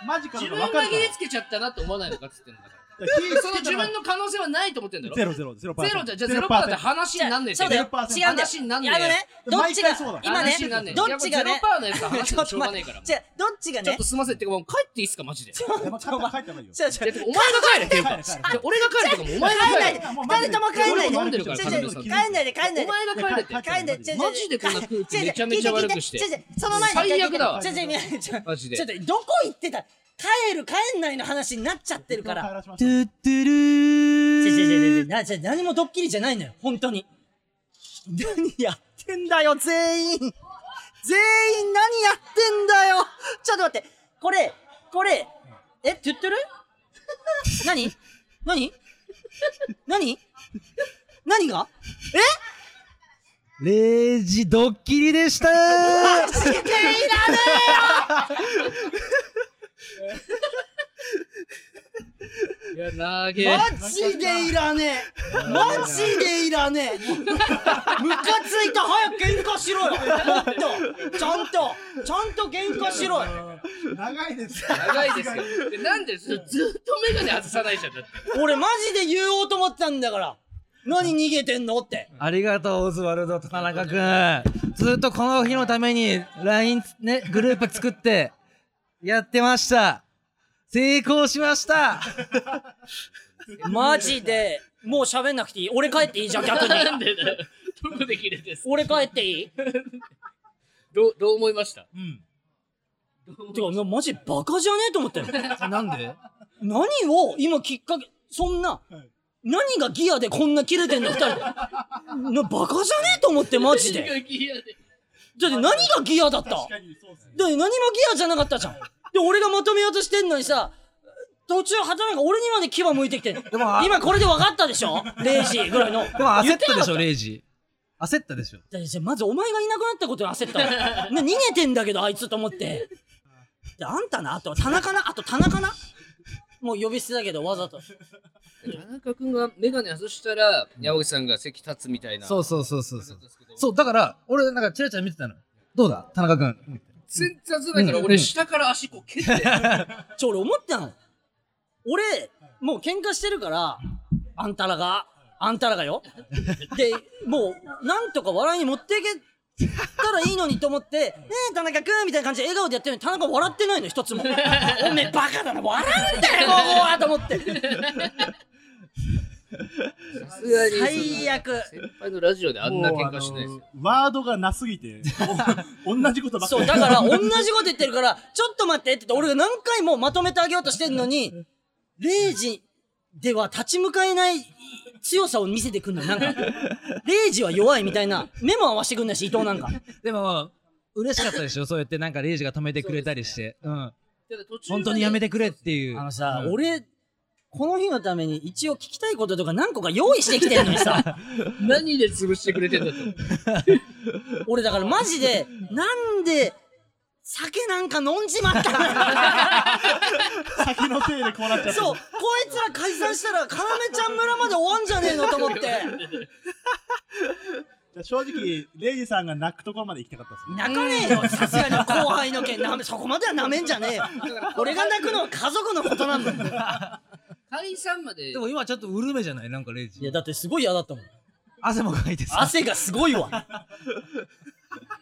S4: マジか
S3: 自
S4: の
S3: 分
S4: が分か
S3: が
S4: るから
S3: 火つけちゃったなと思わないのかっつってんだから
S4: 火
S3: その自分の可能性はないと思ってんだろ
S4: ゼロゼロゼロパー
S3: ゼ
S4: セン
S3: ロ
S4: ト
S3: じゃゼロパーだって話になんねえ
S1: そうだよ。違うん
S4: 0%
S1: だよ。
S3: 話になんねえよ
S1: あのね、どっちが
S4: 毎回そうだ、
S1: 今ね
S3: 話になんねえ、
S1: どっちが
S3: いや
S1: ね
S3: もうゼロ、パーのやつは話してもしょうがねえから
S1: じゃあどっちが
S3: ちょっ
S1: ね
S3: と、すみませんってかもう帰っていいっすかマジで
S4: いやまあ帰った帰った方がいいよ
S1: じゃあじゃあ
S3: いやてかお前が帰れっていうか
S4: 帰れ帰れ
S3: じゃあ俺が帰るとかもお前が
S1: 帰んな
S3: 帰
S1: い
S3: れ
S1: で、
S4: やもうマ
S1: 誰
S4: ジで
S1: とも帰んないで、
S3: 俺も飲んでるから
S1: 違う違う
S3: 彼
S1: 帰
S3: 女
S1: ん
S3: さん
S1: ないで、帰んないで。
S3: お前が帰れって
S4: や
S1: 帰んないで、
S4: や
S3: マジでこんな空気めちゃめちゃ悪くして
S1: 違う違う違う違うその前に一回
S3: 最悪だわ
S1: ちょちょちょ
S3: マジで
S1: ちょっとどこ行ってた帰る帰んないの話になっちゃってるから。
S4: 帰しまし
S1: ト
S4: ょう
S1: ゥットゥルー。ちょちょちょちょなちょ何もドッキリじゃないのよ、本当に。何やってんだよ、全員。全員何やってんだよ。ちょっと待って、これ、これ、え、トゥットゥル何何何何が
S2: レイジドッキリでした ー
S3: いやなげ
S1: マジでいらねえマジでいらねえムカついた早く喧嘩しろよもっとちゃんとちゃんと喧嘩しろよ
S4: 長いです
S3: 長いですよでなんでずずっとメガネ外さないじゃんだって
S1: 俺マジで言おうと思ってたんだから何逃げてんのって
S2: ありがとう、オズワルド、田中くん。ずっとこの日のために、LINE、ね、グループ作って、やってました。成功しました
S1: マジでもう喋んなくていい俺帰っていいじゃん逆に
S3: なんでだよどこで切れてんす
S1: 俺帰っていいて
S3: どうどう思いました
S1: かマジバカじゃねえと思ったよ
S2: なんで
S1: 何を今きっかけそんな、何がギアでこんな切れてんの二人なバカじゃねえと思ってマジで
S3: 何が嫌で
S1: だって何がギアだっただって
S4: 確かにそうっすね
S1: 何もギアじゃなかったじゃん。で、俺がまとめようとしてんのにさ、途中働が俺にまで牙向いてきてんの
S2: もあ
S1: 今これで分かったでしょ ?0 時ぐらいの。
S2: でも焦ったでし
S1: 言
S2: ょ、
S1: てなか
S2: レイジ。焦ったでしょ。
S1: たじゃあまずお前がいなくなったことに焦ったわな逃げてんだけど、あいつと思って。であんたな、あと田中な、あと田中な。もう呼び捨てだけど、わざと。
S3: 田中君がメガネ外したら山口さんが席立つみたいな
S2: そううそうそうそうそう。そう、だから、俺、なんか、チラチラ見てたの。どうだ田中くん。
S3: 全然立つないから俺下から足こう蹴って
S1: ちょ、俺思ったの。俺、もう喧嘩してるから、あんたらが、あんたらがよ。で、もう、なんとか笑いに持っていけたらいいのにと思って、ねえ、田中くんみたいな感じで笑顔でやってるのに、田中笑ってないの、一つも。おめえバカだな、笑うんだよ、ここはと思って。
S3: さすがにそんな
S1: 最悪。
S3: 先輩のラジオであんな喧嘩しないですよ
S4: もうあのワードがなす ぎてお同じことばっか
S1: そう、
S4: り
S1: だから、同じこと言ってるから、ちょっと待ってって言って、俺が何回もまとめてあげようとしてんのに、0時では立ち向かえない強さを見せてくんのよなんか、0時は弱いみたいな、目も合わせてくんないし、伊藤なんか。
S2: でも、嬉しかったでしょ そうやって、なんか、レイジが止めてくれたりして。うん。
S3: ただ途中ま
S2: 本
S3: で
S2: 当にやめてくれっていう。
S1: あのさ、俺、この日のために一応聞きたいこととか何個か用意してきてんのにさ、
S3: 何で潰してくれてんだと
S1: 俺だからマジで、なんで、酒なんか飲んじまったの
S4: 先のせいでこうなっちゃった
S1: そう、こいつら解散したら、カラメちゃん村まで終わんじゃねえのと思って。
S4: じゃあ正直レイジさんが泣くところまで行きたかったですね
S1: 泣かねえよさすがに後輩の件なめそこまではなめんじゃねえよ俺が泣くのは家族のことなんだよ
S3: 解散まで
S2: でも今ちょっとうるめじゃないなんかレイジ。
S1: いやだってすごい嫌だったもん
S2: 汗もかいてさ。
S1: 汗がすごいわ。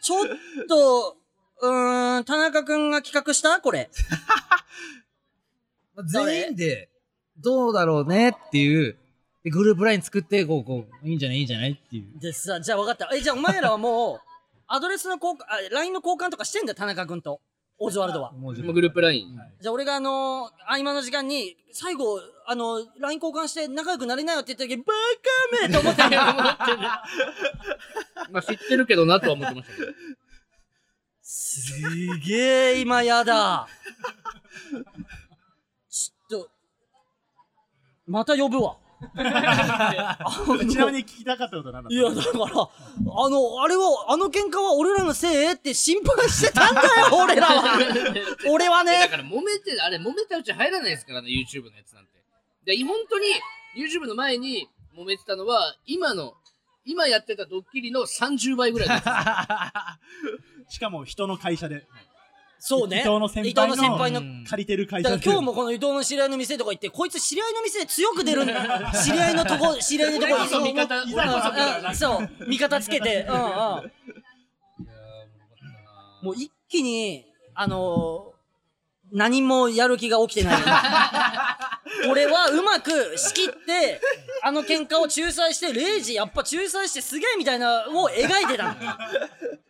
S1: ちょっと、うーん、田中くんが企画したこれ。
S2: 全員で、どうだろうねっていう、でグループライン作って、こう、こう、いいんじゃないいいんじゃないっていう。
S1: でさ、じゃあ分かった。え、じゃあお前らはもう、アドレスの交換、あ、LINE の交換とかしてんだよ、田中くんと。オズワルドは。
S2: もうちょっ
S3: も
S2: と
S3: うグループライン。
S1: じゃあ俺があのー、合間の時間に、最後、あのー、LINE 交換して仲良くなれないよって言った時、バカめと思ってるよ。
S3: まあ知ってるけどなとは思ってましたけど。
S1: すげえ今やだ。ちょっと、また呼ぶわ。
S4: ちなみに聞きたかったことは何だった
S1: いや、だから、あの、あれは、あの喧嘩は俺らのせいって心配してたんだよ、俺らは。俺は
S3: だ
S1: ね。
S3: から揉めて、あれ揉めたうち入らないですからね、YouTube のやつなんて。で、本当に YouTube の前に揉めてたのは、今の、今やってたドッキリの30倍ぐらいです。
S4: しかも人の会社で
S1: そうね。
S4: 伊藤の先輩の
S1: 伊藤の先輩の
S4: 借りてる会
S1: だ
S4: 社
S1: か
S4: で
S1: ら今日もこの伊藤の知り合いの店とか行って、こいつ知り合いの店で強く出るんだ。知り合いのとこ、知り合いのとこ
S3: 何その味方
S1: うん
S3: 俺こそ
S1: うんそう、味方つけ て、うんうん。もう一気に、あのー何もやる気が起きてない。俺はうまく仕切って、あの喧嘩を仲裁して、レイジやっぱ仲裁してすげえみたいなのを描いてたの。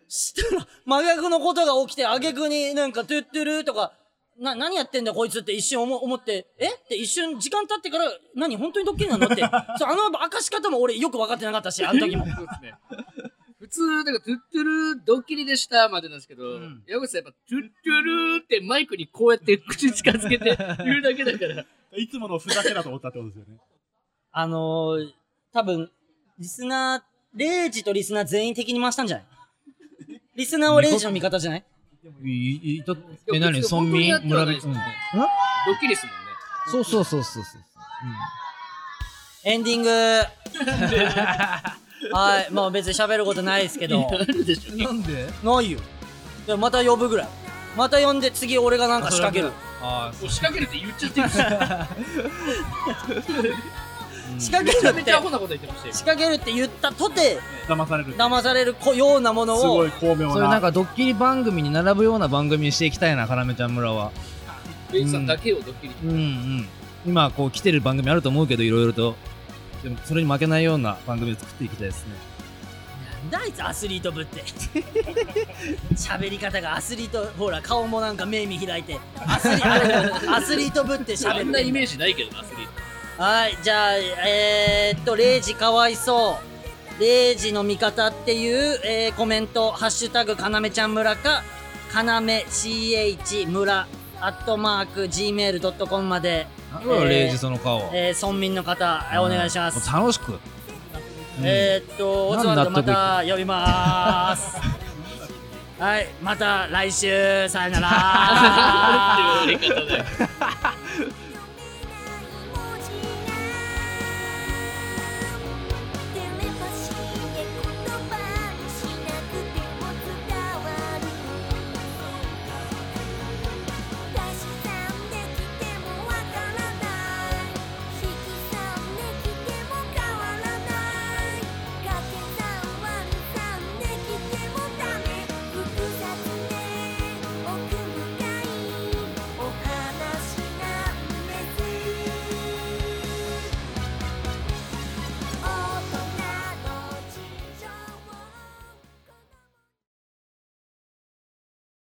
S1: したら、真逆のことが起きて、挙句になんか、トゥットゥルーとか、な、何やってんだこいつって一瞬思思って、えって一瞬時間経ってから、何本当にドッキリなのって。そうあの明かし方も俺よく分かってなかったし、あの時も。
S3: そうですね。普通、だから、トゥットゥルードッキリでしたまでなんですけど、矢口さんやっぱ、トゥットゥルーってマイクにこうやって口近づけて言うだけだから。
S4: いつものふざけだと思ったってことですよね
S1: あのー、多分、リスナー、レイジとリスナー全員敵に回したんじゃないリスナーはレイジの味方じゃない
S2: いいとえ、何村
S3: 本当に
S2: 民
S3: やっては
S2: 村
S3: ない
S2: 人
S3: ですよね
S2: うんん
S3: ドッキリですもんね。
S2: そうそうそうそうそう。
S1: エンディング。はい、もう別に喋ることないですけど。
S2: うんなんで
S1: ないよ。いや、また呼ぶぐらい。また呼んで次俺がなんか仕掛ける。
S2: あ
S3: もう仕掛けるって言っちゃってるし、め
S1: 仕掛け
S3: ちゃ
S1: る
S3: め
S1: っ
S3: ち
S1: て
S3: ゃア、ホなこと言ってましたよ
S1: 仕。掛けるって言ったとて、
S4: 騙されるす
S1: 騙されるこようなもの
S4: ご
S1: を
S4: い、巧妙
S2: あ。
S4: な
S2: それなんかドッキリ番組に並ぶような番組にしていきたいな、かなめちゃん村は。
S3: レイジさんだけをドッキリ。
S2: うんうん。今、こう、来てる番組あると思うけど、いろいろと。でも、それに負けないような番組を作っていきたいですね。
S1: なんだあいつアスリートぶって喋り方がアスリートほら顔もなんか目見開いてアスリアスリートぶって
S3: あ
S1: 喋
S3: んなイ
S1: って
S3: メージないけどな、アスリート。
S1: はいじゃあえー、っと「レイジかわいそう」「レイジの味方」っていう、えーコメント「ハッシュタグかなめちゃん村」か「かなめ CH 村」アットマーク Gmail.com まで、
S2: なんだろ
S1: えー
S2: う、レイジその顔。
S1: えー、村民の方、えーお願いします。
S2: もう楽しく。
S1: えーっと、オズワルド
S2: な
S1: ま
S2: んだ
S1: た呼びまーす。はい、また来週、さよなら。
S3: っていう言い方で。